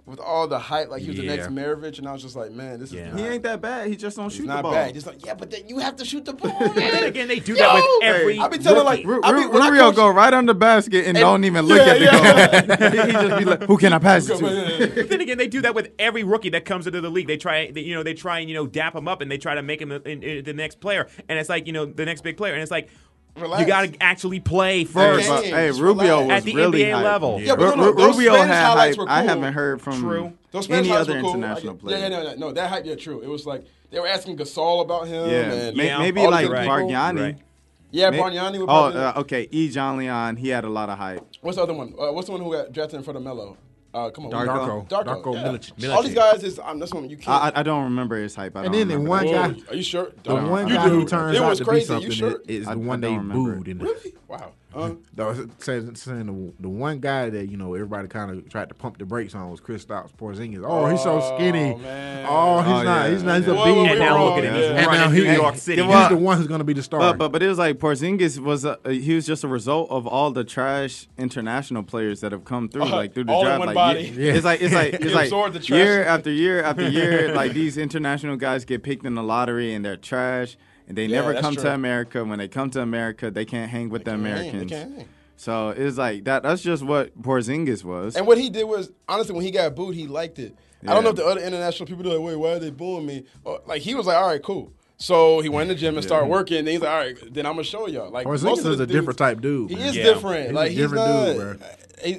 B: with all the hype, like he was
E: Yeah.
B: the next Maravich, and I was just like, man, this
E: Yeah.
B: is
C: He
B: not,
C: ain't that bad. He just don't
B: it's
C: shoot the
B: not
C: ball.
B: bad. Just like, yeah, but then you have to shoot the
C: *laughs*
B: ball.
E: Then
B: man. *laughs*
E: again, they do that with
B: Yo!
E: every.
B: I be telling
E: rookie.
B: like, *laughs*
C: Ru-
B: I
C: Ru-
B: be, when I
C: Rubio
B: coach-
C: go right on the basket and, don't even look
B: Yeah,
C: at
B: *laughs*
C: the goal. he, he just be like, "Who can I pass it to?"
E: But then again, they do that with every rookie that comes into the league. They try, they, you know, they try and you know dap him up, and they try to make him the, in, in- the next player. And it's like you know the next big player. And it's like,
B: Relax.
E: You got to actually play
C: Hey,
E: first.
C: but-
B: Games,
C: uh, hey, Rubio
B: relax.
C: was
E: At the
C: really
E: NBA
C: hype.
E: level.
B: Yeah, but
C: Ru-
B: no, no,
C: Ru-
B: those
C: Rubio
B: Spanish
C: had
B: highlights
C: hype.
B: were
C: I
B: cool.
C: haven't heard from
E: True.
B: Those Spanish
C: any
B: highlights
C: other
B: were cool.
C: international
B: Like,
C: player.
B: Yeah, yeah, no, no, that hype, yeah, true. It was like they were asking Gasol about him.
C: Yeah,
B: and
C: may-
E: Yeah,
C: maybe
B: all these
C: like
B: other
E: right,
B: people.
C: Bargnani.
E: right.
B: Yeah,
C: May-
B: Bargnani. would
C: Oh,
B: probably-
C: uh, okay. E. John Leon, he had a lot of hype.
B: What's the other one? Uh, what's the one who got drafted in front of Melo? Uh, come on,
D: Darko.
B: Darko,
D: Darko
B: yeah.
D: Milicic.
B: All these guys is um, that's one you
C: I,
B: can't.
C: I- I don't remember his hype. I
D: And
C: don't
D: then the
C: remember
D: one
C: that.
D: guy,
B: Whoa, are you sure?
D: the
B: Darko.
D: one
B: You
D: guy who
B: do.
D: turns
B: it
D: out
B: was
D: to be
B: crazy.
D: something
B: you sure?
D: is
C: I- I
D: the one they
C: don't remember.
D: booed. In the,
B: really? Wow. Uh,
D: That was saying, saying the, the one guy that you know everybody kind of tried to pump the brakes on was Kristaps Porzingis. Oh, he's so skinny.
B: Oh, man.
D: Oh, he's
C: Oh,
D: not.
C: yeah,
D: He's not. He's a
B: yeah.
D: big.
B: Whoa,
E: And now look at him. He's
B: Yeah.
D: And now
E: running
D: he-
E: through New York City.
C: It
D: He's
C: was-
D: the one who's going to be the star.
C: But, but but it was like Porzingis was a, he was just a result of all the trash international players that have come through like through the
B: Uh, all in
C: draft.
B: one
C: like,
B: body.
C: ye- It's like
B: *laughs*
C: it's like it's
B: absorbed the
C: like
B: trash.
C: year after year
B: *laughs*
C: after year. like these international guys get picked in the lottery and they're trash and they
B: Yeah,
C: never
B: that's
C: come
B: true.
C: to America. When they come to America, they can't hang with the
B: can't hang, they
C: Americans.
B: can't hang.
C: So it's like that. That's just what Porzingis was.
B: And what he did was honestly, when he got booed, he liked it. I don't know
C: Yeah.
B: if the other international people are like, wait, why are they booing me? Or, like he was like, all right, cool. So he went to the gym and started working. And he's like, all right, then I'm gonna show y'all. Like
D: Porzingis
B: most of
D: is
B: the
D: a different
B: dudes-
D: type dude.
B: He
D: man.
B: is
E: Yeah.
B: different.
D: He's a
B: like he's
D: different
B: not.
D: dude, bro.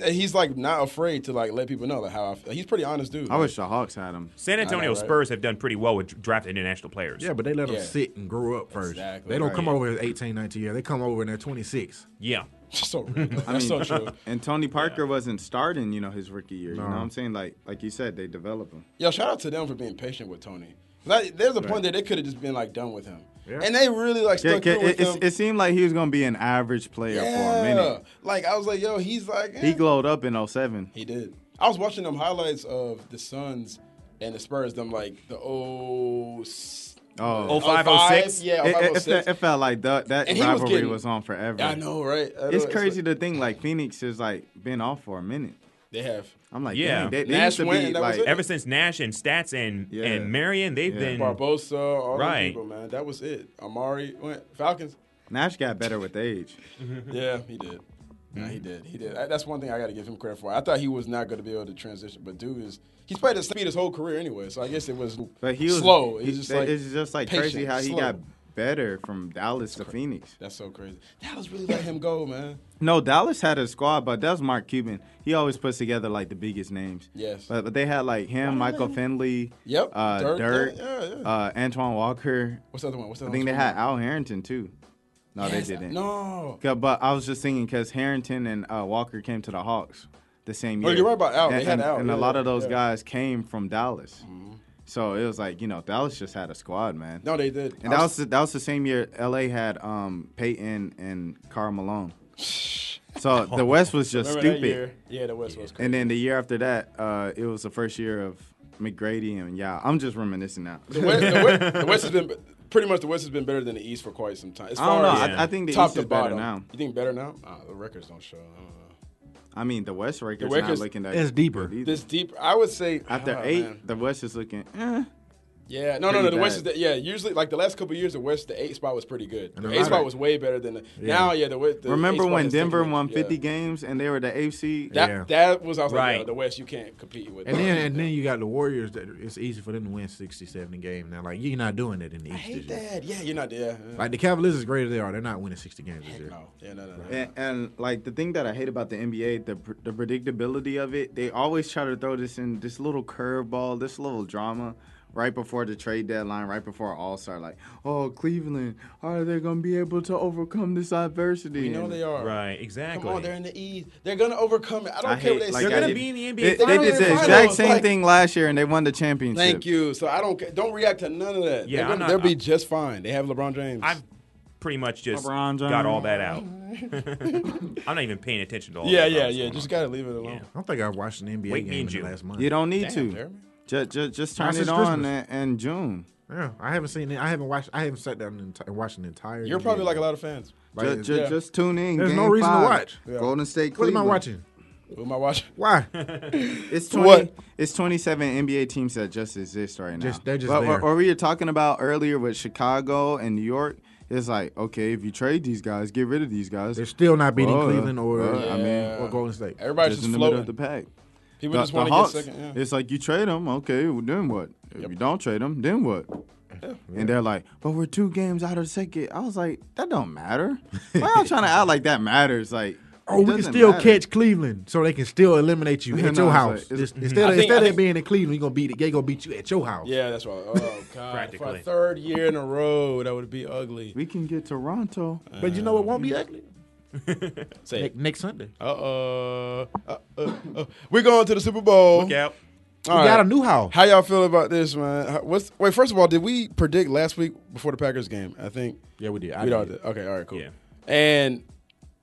B: he- he's like not afraid to like let people know like how I feel. he's a pretty honest dude.
C: I wish the Hawks had him.
E: San Antonio
B: right?
E: Spurs have done pretty well with draft international players.
D: Yeah, but they let
B: Yeah.
D: them sit and grow up first.
B: Exactly.
D: They don't
B: Right.
D: come over as 18, 19 years. They come over and they're 26.
E: Yeah.
B: *laughs*
D: *laughs*
B: so real. That's
C: I mean,
B: so true.
C: and Tony Parker wasn't starting, you know, his rookie year. You know what I'm saying? Like, like you said, they develop him.
B: Yo, shout out to them for being patient with Tony. Like, there's a point that they could have just been like done with him,
D: Yeah.
B: and they really like
C: Yeah,
B: stuck through
C: it,
B: with
C: it,
B: him.
C: it seemed like he was gonna be an average player for a minute.
B: Like I was like, yo, he's like eh.
C: He glowed up in 07.
B: He did. I was watching them highlights of the Suns and the Spurs. Them like the oh.
C: Oh,
E: Oh, 05,
B: Yeah,
C: it, it- it,
B: 05,
C: felt- it felt like that, that
B: And he was
C: rivalry was,
B: getting-
C: on forever.
B: I know, right? I know,
C: It's
B: like,
C: crazy to think like Phoenix has like been off for a minute.
B: they have.
C: I'm like,
E: Yeah.
C: yeah, they, they
B: Nash
C: used to
B: went
C: be
B: and that was
C: like,
B: it.
E: Ever since Nash and Stats and
C: Yeah.
E: and Marion, they've
C: Yeah.
E: been
B: Barbosa, all right.
E: Right.
B: people, man. That was it. Amari went Falcons.
C: Nash got better with age.
B: Yeah, he did. Nah,
C: Mm-hmm.
B: he did. He did. I- That's one thing I got to give him credit for. I thought he was not going to be able to transition, but dude is he's played at speed his whole career anyway. So I guess it was
C: But he was
B: slow.
C: he-
B: He's just
C: they-
B: like
C: it's just like crazy
B: patient,
C: how he
B: slow.
C: got better from Dallas to Phoenix.
B: That's so crazy. Dallas really let him go, man.
C: No, Dallas had a squad, but that's Mark Cuban. He always puts together like the biggest names.
B: Yes.
C: But, but they had like him, Michael Finley.
B: Yep,
C: Uh,
B: Dirk,
C: Dirk.
B: yeah, yeah, yeah.
C: Uh, Antoine Walker.
B: What's the other one? What's the
C: I
B: other
C: think they
B: one?
C: had Al Harrington too. No,
B: Yes,
C: they didn't.
B: No.
C: 'Cause- But I was just thinking because Harrington and uh, Walker came to the Hawks the same
B: Oh,
C: year.
B: you're right about Al. They
C: And,
B: had
C: and-
B: Al,
C: and
B: yeah,
C: a lot of
B: yeah,
C: those
B: yeah. Mm-hmm.
C: guys came from Dallas. So it was like you know Dallas just had a squad, man.
B: No, they did.
C: And that was the, that was the same year LA had um, Peyton and Carl Malone. So the West was just
B: Remember that
C: stupid.
B: year? Yeah, the West
C: *laughs*
B: was crazy.
C: And then the year after that, uh, it was the first year of McGrady and yeah, I'm just reminiscing now.
B: The West, the West- the West has been pretty much the West has been better than the East for quite some time. As
C: I don't
B: far
C: know.
B: as
C: I, I think the
B: top
C: East
B: to
C: is better
B: bottom.
C: now.
B: You think better now? Uh, the records don't show. I don't know.
C: I mean, the West record's
B: record's-
C: not looking that.
D: It's deeper.
C: good either.
B: This deep, I would say
C: after
B: oh,
C: eight,
B: man.
C: the West is looking. Eh.
B: Yeah, no, no, no.
C: pretty
B: The West is
C: bad.
B: the, yeah. Usually, like the last couple of years, the West the eight spot was pretty good.
D: a
B: The
D: lot
B: eight spot
D: of-
B: was way better than the now. Yeah, the, West- the
C: Remember
B: eight spot
C: when
B: has taken
C: Denver
B: it.
C: won 50
B: Yeah.
C: games and they were the AC?
B: That
D: Yeah.
B: that was I was like,
E: Right.
B: yo, the West you can't compete with.
D: And
B: that.
D: then and then you got the Warriors that it's easy for them to win 60, 70 games now. Like you're not doing it in the East.
B: I hate
D: this year.
B: that. Yeah, you're not there.
D: Like the Cavaliers as great as they are, they're not winning sixty games this year.
B: no, yeah, no, no, no.
C: And, and like the thing that I hate about the NBA, the pr- the predictability of it, they always try to throw this in this little curveball, this little drama, right before the trade deadline, right before All Star. Like, oh, Cleveland, are they gonna be able to overcome this adversity?
B: You know
C: And
B: they are.
E: right. Exactly.
B: Come on, they're in the East. They're gonna overcome it. I don't
C: I
B: care
C: hate,
B: what they
C: like,
B: say.
E: They're
C: I
E: gonna
C: did-
E: be in the NBA
C: They, they did
E: finals.
C: the exact same
B: Like-
C: thing last year and they won the championship.
B: Thank you. So I don't ca- don't react to none of that.
E: Yeah,
B: They're
E: I'm
B: gonna,
E: not-
B: they'll be
E: I-
B: just fine. They have LeBron James.
E: I've pretty much just
C: LeBron
E: got
C: James.
E: all that
B: *laughs*
E: out. *laughs* I'm not even paying attention to all.
B: yeah,
E: that
B: yeah,
E: that's
B: yeah.
E: going
B: Just
E: on.
B: gotta leave it alone.
E: Yeah.
D: I don't think I've watched an NBA
E: Wake me
D: game
E: in
D: in
E: June.
D: the last month.
C: You don't need
B: Damn,
C: to.
B: Jeremy.
C: Just, just, just turn
D: Not
C: it
D: since
C: on
D: Christmas.
C: and, and June.
D: Yeah, I haven't seen it. I haven't watched. I haven't sat down and t- watched an entire.
B: You're
D: NBA
B: probably like a
D: game.
B: lot of fans.
D: Like,
C: Ju- ju-
D: it's-
C: just, tune in.
D: There's
C: game
D: no reason to
C: five.
D: watch.
B: Yeah.
C: Golden State
D: What
C: Cleveland.
D: am I watching?
B: Who am I watching? *laughs*
D: Why?
C: It's
B: For
C: 20,
B: what?
C: It's 27 NBA teams that just exist right now.
D: Just- they're just
C: but
D: there.
C: what- what we were talking about earlier with Chicago and New York, it's like, okay, if you trade these guys, get rid of these guys.
D: They're still not beating
C: Well,
D: Cleveland or
C: well, I mean,
D: or Golden State.
B: Everybody's just,
C: in the middle
B: floating.
C: of the pack.
B: People
C: The,
B: just
C: the
B: want to
C: Hawks,
B: get second. Yeah.
C: it's like you trade them, okay, well, then what? If you don't trade them, then what? And they're like, but we're two games out of second. I was like, that don't
D: *laughs*
C: matter. Why y'all trying to act like that matters? Like,
D: Oh,
C: it
D: we can
C: doesn't
D: still
C: matter.
D: catch Cleveland, so they can still eliminate you
C: Yeah,
D: at
C: no,
D: your
C: it's
D: house.
C: like-
D: Just-
C: Mhm.
D: instead
B: I
D: of,
B: think-
D: instead
B: I
D: of
B: think-
D: being in Cleveland, you're gonna beat they gonna beat you at your house.
B: Yeah, that's
C: *laughs*
B: right. Oh god, for a
E: Practically.
B: third year in a row, that would be ugly.
C: We can get Toronto.
D: But you know it won't be ugly.
B: Say,
D: Ne- next Sunday,
B: uh, uh, uh, uh, we're going to the Super Bowl.
E: Look out.
B: *laughs* All
D: we got
B: right.
D: a new house.
B: How y'all feel about this, man? How- What's wait? First of all, did we predict last week before the Packers game? I think.
D: Yeah, we did. I
B: we all
D: did.
B: did. Okay, all right, cool.
E: Yeah.
B: And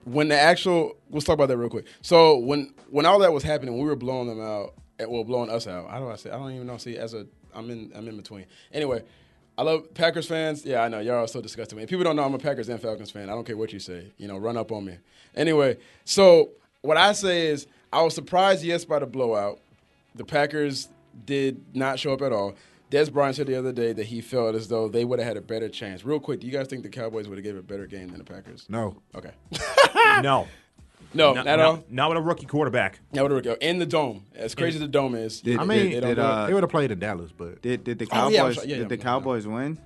B: when the actual, let's talk about that real quick. So when when all that was happening, we were blowing them out, eh, well, blowing us out. How do I say? I don't even know. See, as a, I'm in, I'm in between. Anyway. I love Packers fans. Yeah, I know y'all are so disgusting. with me. people don't know I'm a Packers and Falcons fan. I don't care what you say. You know, run up on me. Anyway, so what I say is, I was surprised, yes, by the blowout. The Packers did not show up at all. Des Bryant said the other day that he felt as though they would have had a better chance. Real quick, do you guys think the Cowboys would have gave a better game than the Packers?
D: No,
B: Okay. *laughs*
E: No.
B: no, not
E: Not,
B: at Oh, all.
E: not, not with a rookie quarterback.
B: That would have in the dome. As crazy as the dome is,
C: Did-
D: I
C: did-
D: mean
C: did,
D: they,
C: uh,
D: would have played in Dallas, but
C: Did, did the
B: Oh,
C: Cowboys
B: yeah, I'm sorry. Yeah, yeah,
C: did the
B: I'm-
C: Cowboys win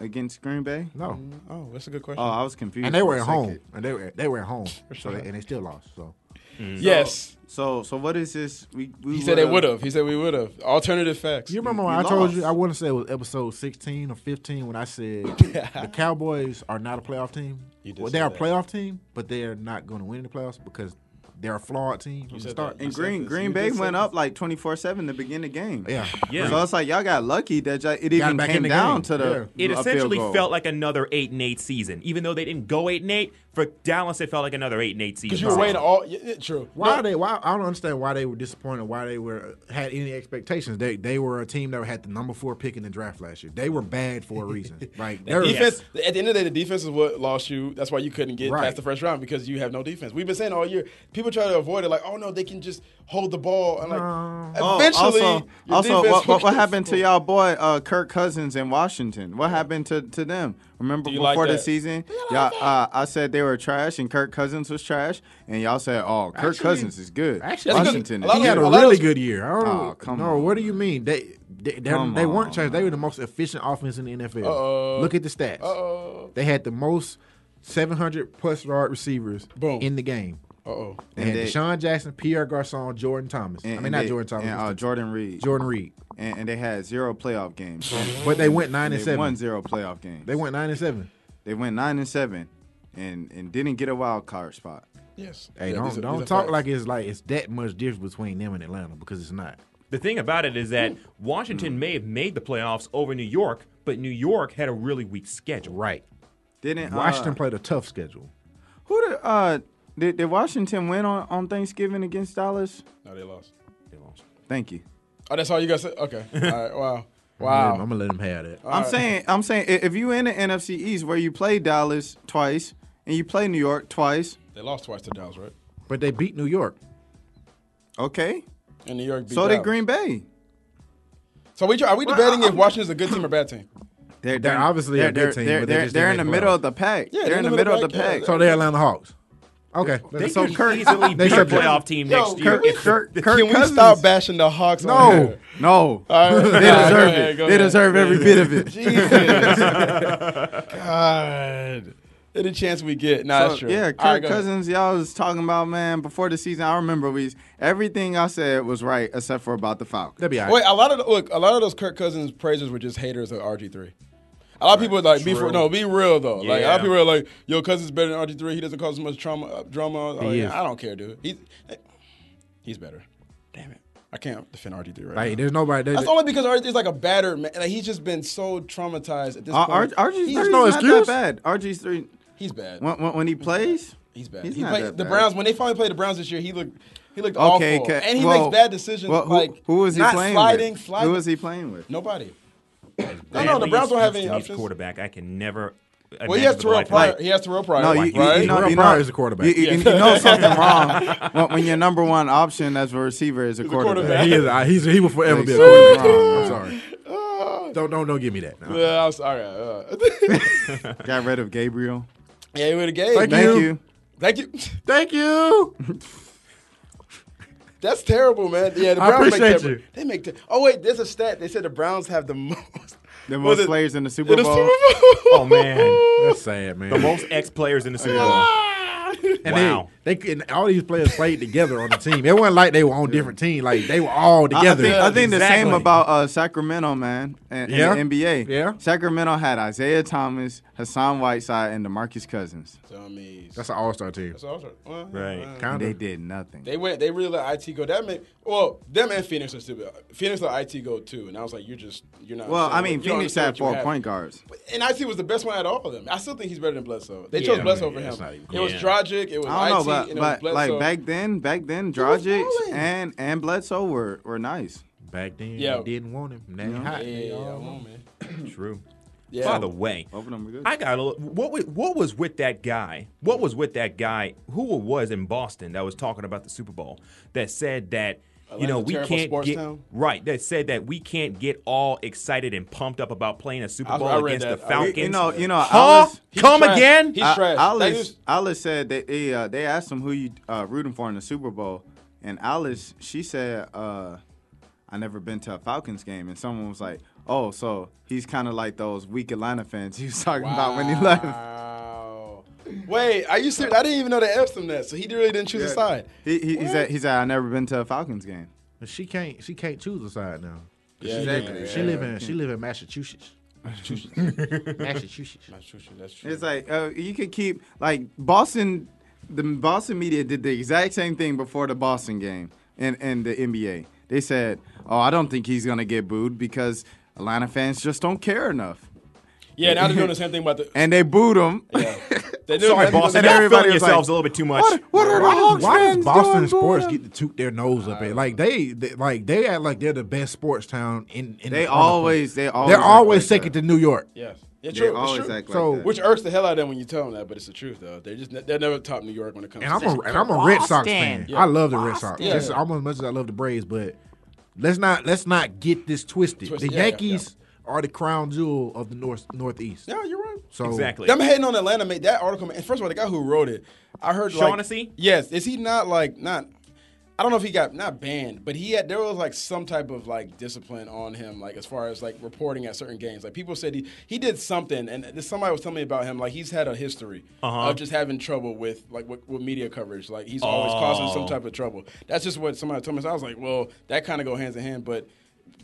C: against Green Bay?
D: no.
B: oh, that's a good question.
C: Oh, I was confused.
D: And they were
C: for a
D: at
C: second.
D: home, and they were they were at home, so they, and they still lost. So
B: yes,
C: So so what is this? We, we
B: he said they
C: would've-
B: would have. He said we would have. Alternative facts.
D: you remember
C: You-
D: when I
C: you
D: told
C: lost.
D: you I want to say it was episode sixteen or fifteen when I said
B: *laughs*
D: the Cowboys are not a playoff team.
B: You did
D: Well,
B: say
D: they are a
B: that.
D: playoff team, but they are not going to win the playoffs because they're a flawed team from the
B: said
D: start.
B: that.
C: And Green
B: this.
C: Green
B: You
C: Bay
B: just
C: went
B: said
C: up like twenty four seven to begin the game.
D: Yeah,
E: Yeah.
C: So it's like y'all got lucky that y'all, it
D: Got
C: even
D: back in
C: came
D: the
C: down
D: game.
C: to the.
E: It
C: a field
E: essentially
C: goal.
E: felt like another eight and eight season, even though they didn't go eight and eight. For Dallas, it felt like another eight and eight season.
B: because you were waiting all. Yeah, yeah, true.
D: Why
B: No,
D: are they? Why I don't understand why they were disappointed. Why they were had any expectations? They they were a team that had the number four pick in the draft last year. They were bad for
B: *laughs*
D: a reason. Like they're
B: Defense. At the end of the day, the defense is what lost you. That's why you couldn't get
D: Right.
B: past the first round because you have no defense. We've been saying all year. People try to avoid it, like, oh no, they can just hold the ball. And like,
C: Oh,
B: eventually,
C: also,
B: your
C: also
B: defense
C: what, what,
B: *laughs*
C: what
B: will-
C: happened to y'all boy uh, Kirk Cousins in Washington? What happened to, to them? Remember
B: Do you
C: before
B: like
C: the
B: that?
C: season, y'all, uh, I said they were trash and Kirk Cousins was trash, and y'all said, "Oh, Kirk
D: Actually-
C: Cousins is good."
D: actually,
B: That's good.
C: Washington,
B: A
C: is
B: lot
D: he had
C: good.
D: a
B: lot of
D: really
B: those-
D: good year. I don't
C: Oh, come
D: no,
C: on.
D: what do you mean? They they they're-
C: Come
D: they weren't
C: on,
D: trash. They were the most efficient offense in the NFL.
B: Uh-oh.
D: Look at the stats.
B: Uh-oh.
D: They had the most 700 plus yard receivers
B: Boom.
D: in the game.
B: Uh oh.
D: They
C: And
D: had
C: they-
D: Deshaun Jackson, Pierre Garcon, Jordan Thomas. I
C: And-
D: mean,
C: and
D: not
C: they-
D: Jordan Thomas.
C: and, uh, Jordan Reed,
D: Jordan Reed.
C: and, and they had zero playoff games.
D: But they went nine and
C: they won
D: seven.
C: zero playoff games.
D: They went nine and seven.
C: They went nine and seven, and and didn't get a wild card spot.
B: Yes.
D: Hey,
B: Yeah,
D: don't
B: these are-
D: don't
B: these are
D: talk
B: facts.
D: like it's like it's that much difference between them and Atlanta because it's not.
E: The thing about it is that
B: Mm-hmm.
E: Washington may have made the playoffs over New York, but New York had a really weak schedule.
D: Right.
C: Didn't uh,
D: Washington played a tough schedule.
C: Who did uh did, did Washington win on, on Thanksgiving against Dallas?
B: No, they lost.
E: They lost.
C: Thank you.
B: Oh, that's all you guys said.
D: *laughs*
B: Okay. All right. Wow.
D: I'm
B: Wow.
D: gonna let them have that.
C: I'm saying I'm saying i- if you in the NFC East where you play Dallas twice and you play New York twice,
B: They lost twice to Dallas, right?
D: But they beat New York.
C: okay.
B: And New York beat.
C: so did
B: Dallas.
C: Green Bay.
B: So we try, are we debating if Washington's a good team or bad team?
C: They're,
D: obviously a
C: they're,
D: good
C: they're,
D: team,
C: They're,
D: but they
C: they're,
D: just
C: they're in
D: didn't
C: the
D: make
C: middle
D: playoffs.
C: of the pack.
B: Yeah,
C: they're in the middle of the
B: yeah.
C: pack.
D: So they're Atlanta Hawks. Okay.
E: They
D: so
E: could
D: Kirk,
B: *laughs*
E: easily
D: they
E: be a
D: should be-
E: playoff team
B: Yo,
E: next year.
C: Kirk,
E: if-
C: Kirk, Kirk
B: Can we
C: Cousins.
B: stop bashing the Hawks? on
D: No.
B: here?
C: No.
B: All
D: *laughs*
B: right.
C: They deserve it. They deserve every bit of it.
B: Jesus. *laughs* God. Any chance we get? Nah,
C: So,
B: that's true.
C: Yeah,
B: All
C: Kirk
B: right, go ahead.
C: Cousins, y'all was talking about, man, before the season, I remember we everything I said was right except for about the Falcons.
D: they'll be all right.
B: Wait, a lot of the, look, a lot of those Kirk Cousins praisers were just haters of RG three. A lot of people like be for, no, be real though. Like a lot
E: Yeah.
B: of people are like, "Yo, Cousins better than RG three. He doesn't cause as much trauma, uh, drama." Oh,
D: He
B: yeah,
D: is.
B: I don't care, dude. He's he's better. Damn it, I can't defend RG three right
D: Like
B: now.
D: there's nobody. There,
B: That's only because RG three is like a battered man. Like he's just been so traumatized at this
C: Uh, R-
B: point.
C: RG3
B: he's,
C: is
D: no
C: not
D: excuse.
C: that bad. RG3,
B: he's bad.
C: when, when, when he plays,
B: He's bad.
C: He's
B: he
C: not
B: played,
C: that
B: the
C: bad.
B: Browns when they finally played the Browns this year. He looked he looked
C: okay,
B: awful,
C: ca-
B: and he
C: well,
B: makes bad decisions.
C: well, who,
B: like
C: who was he
B: not
C: playing
B: sliding,
C: with?
B: sliding.
C: Who was he playing with?
B: Nobody. No,
E: Bradley
B: no, the Browns don't
E: East-
B: have any
E: Houston East
B: options.
E: quarterback. I can never.
B: Well, he
E: imagine
B: has
E: the
B: Terrell
E: life-
B: Pryor.
E: Like,
B: He has Terrell Pryor,
C: No, you, you-
B: right?
C: you, know,
D: Terrell
C: you, know,
D: Pryor is the quarterback.
C: you- you-
B: *laughs*
C: you know something wrong when, when your number one option as a receiver is a
B: quarterback.
C: quarterback.
D: he is. uh, He's, he will forever
C: Like,
D: be a
C: something's
D: quarterback.
C: wrong, *laughs*
D: I'm sorry. Don't don't don't give me that. No.
B: *laughs* yeah, I'm sorry. Uh, *laughs*
C: Got rid of Gabriel.
B: yeah, we would have gave.
D: Thank
B: man.
C: Thank
D: you.
C: you.
B: Thank you.
D: Thank you.
B: *laughs* That's terrible, man. Yeah, the
F: I
B: Browns make
F: appreciate
B: ter-
F: you.
B: They make. Ter- oh wait, there's a stat. They said the Browns have the *laughs* most.
C: The
B: was
C: most
B: it-
C: players in the Super
B: in the
C: Bowl.
E: Oh
B: *laughs*
D: *laughs*
E: man,
D: That's sad, man.
E: the most ex players in the Super Bowl.
B: *laughs*
D: And
E: Wow.
D: They, they and all these players played together on the team. It wasn't like they were on different teams. Like they were all
C: I- I
D: together.
C: think, I think the
E: Exactly.
C: same about uh, Sacramento, man, and,
D: Yeah.
C: and the NBA.
D: Yeah.
C: Sacramento had Isaiah Thomas, Hassan Whiteside, and DeMarcus Cousins.
B: Dummies.
D: That's an all star team.
B: So I was like, well,
E: Right.
B: uh,
C: And
D: Kind
C: they
D: of.
C: did nothing.
B: They went. They really let IT go. That made well them and Phoenix are stupid. Phoenix let IT go too, and I was like, you're just you're not.
C: well, I
B: understanding
C: mean,
B: what- you don't
C: Phoenix
B: understand
C: had
B: what you
C: four
B: have.
C: point guards.
B: And IT was the best one out of all of them. I still think he's better than Bledsoe. They
D: Yeah,
B: chose
D: I
B: Bledsoe
D: mean,
B: over
D: that's
B: him.
D: not even
B: It was
E: Yeah.
B: Dragic. It was
C: I don't
B: IT.
C: know,
B: and it was
C: but, but
B: Bledsoe.
C: like back then, back then,
B: was
C: Dragic
B: balling.
C: and and Bledsoe were, were nice.
D: Back then,
B: Yeah.
D: they didn't want him. Now they hot.
B: yeah, come on, man.
E: True.
B: Yeah.
E: By the way,
C: Both of them were good.
E: I got a little- what was, what was with that guy? What was with that guy who it was in Boston that was talking about the Super Bowl that said that you
B: Atlanta's
E: know
B: a
E: we
B: terrible
E: can't
B: sports
E: get
B: town.
E: right that said that we can't get all excited and pumped up about playing a Super
B: I-
E: Bowl
B: I read
E: against
B: that.
E: the
B: I read-
E: Falcons.
C: you, you know, you know, I
E: huh?
C: was,
B: He's
E: Come
B: trash.
E: again?
B: He's
C: I,
B: trash. That
C: Alice,
B: is-
C: Alice said that they uh, they asked him who you uh, rooting for in the Super Bowl, and Alice she said, uh, "I never been to a Falcons game," and someone was like, "Oh, so he's kind of like those weak Atlanta fans *laughs* he was talking about when he *laughs* left."
B: Wow. Wait, are you serious? I didn't even know they asked him that. So he really didn't choose a side.
C: He, he, he said, "He said I never been to a Falcons game."
D: But she can't. She can't choose a side now.
B: Yeah,
D: she
B: yeah,
D: live, she
B: yeah.
D: live in. She live in Massachusetts. *laughs* Massachusetts.
B: That's true. That's true.
C: It's like uh, you could keep like Boston. The Boston media did the exact same thing before the Boston game and and the NBA. They said, "Oh, I don't think he's gonna get booed because Atlanta fans just don't care enough."
B: yeah, now
C: *laughs*
B: they're doing the same thing about the.
C: And they booed him.
B: They're doing
E: Sorry,
B: the same
E: Boston.
B: thing-
C: And
E: Y'all
C: everybody
E: filling
C: was
E: yourselves
C: like,
E: a little bit too much.
C: *laughs* What, what are the Hawks
D: Why does
C: fans
D: Boston
C: doing,
D: sports
C: booing
D: get to toot their nose up at? Like they, they- like they act like they're the best sports town in. in
C: They
D: the-
C: always- they always
D: they're
C: act
D: always
C: like
D: second to New York.
B: Yes. Yeah,
C: They
B: true. It's
C: always
B: true.
C: act like
D: So-
C: that.
B: Which irks the hell out of them when you tell them that, but it's the truth though. They're just they're never top New York when it comes.
D: And
B: to
D: I'm a and I'm a Red Sox fan.
B: Yeah.
D: I love the Red Sox.
B: Yeah,
D: Just
B: yeah.
D: almost as much as I love the Braves, but let's not let's not get this twisted.
B: Twisted,
D: The
B: yeah, yeah,
D: Yankees are the crown jewel of the north northeast.
B: Yeah, you're right.
D: So
E: Exactly.
B: I'm hating on Atlanta. Made that article. And first of all, the guy who wrote it, I heard like-
E: Shaughnessy?
B: yes, is he not like not? I don't know if he got not banned, but he had there was like some type of like discipline on him, like as far as like reporting at certain games. Like people said he he did something, and this, somebody was telling me about him. Like he's had a history of just having trouble with like with, with media coverage. Like he's always causing some
E: Oh.
B: type of trouble. That's just what somebody told me. So I was like, well, that kind of go hands in hand. But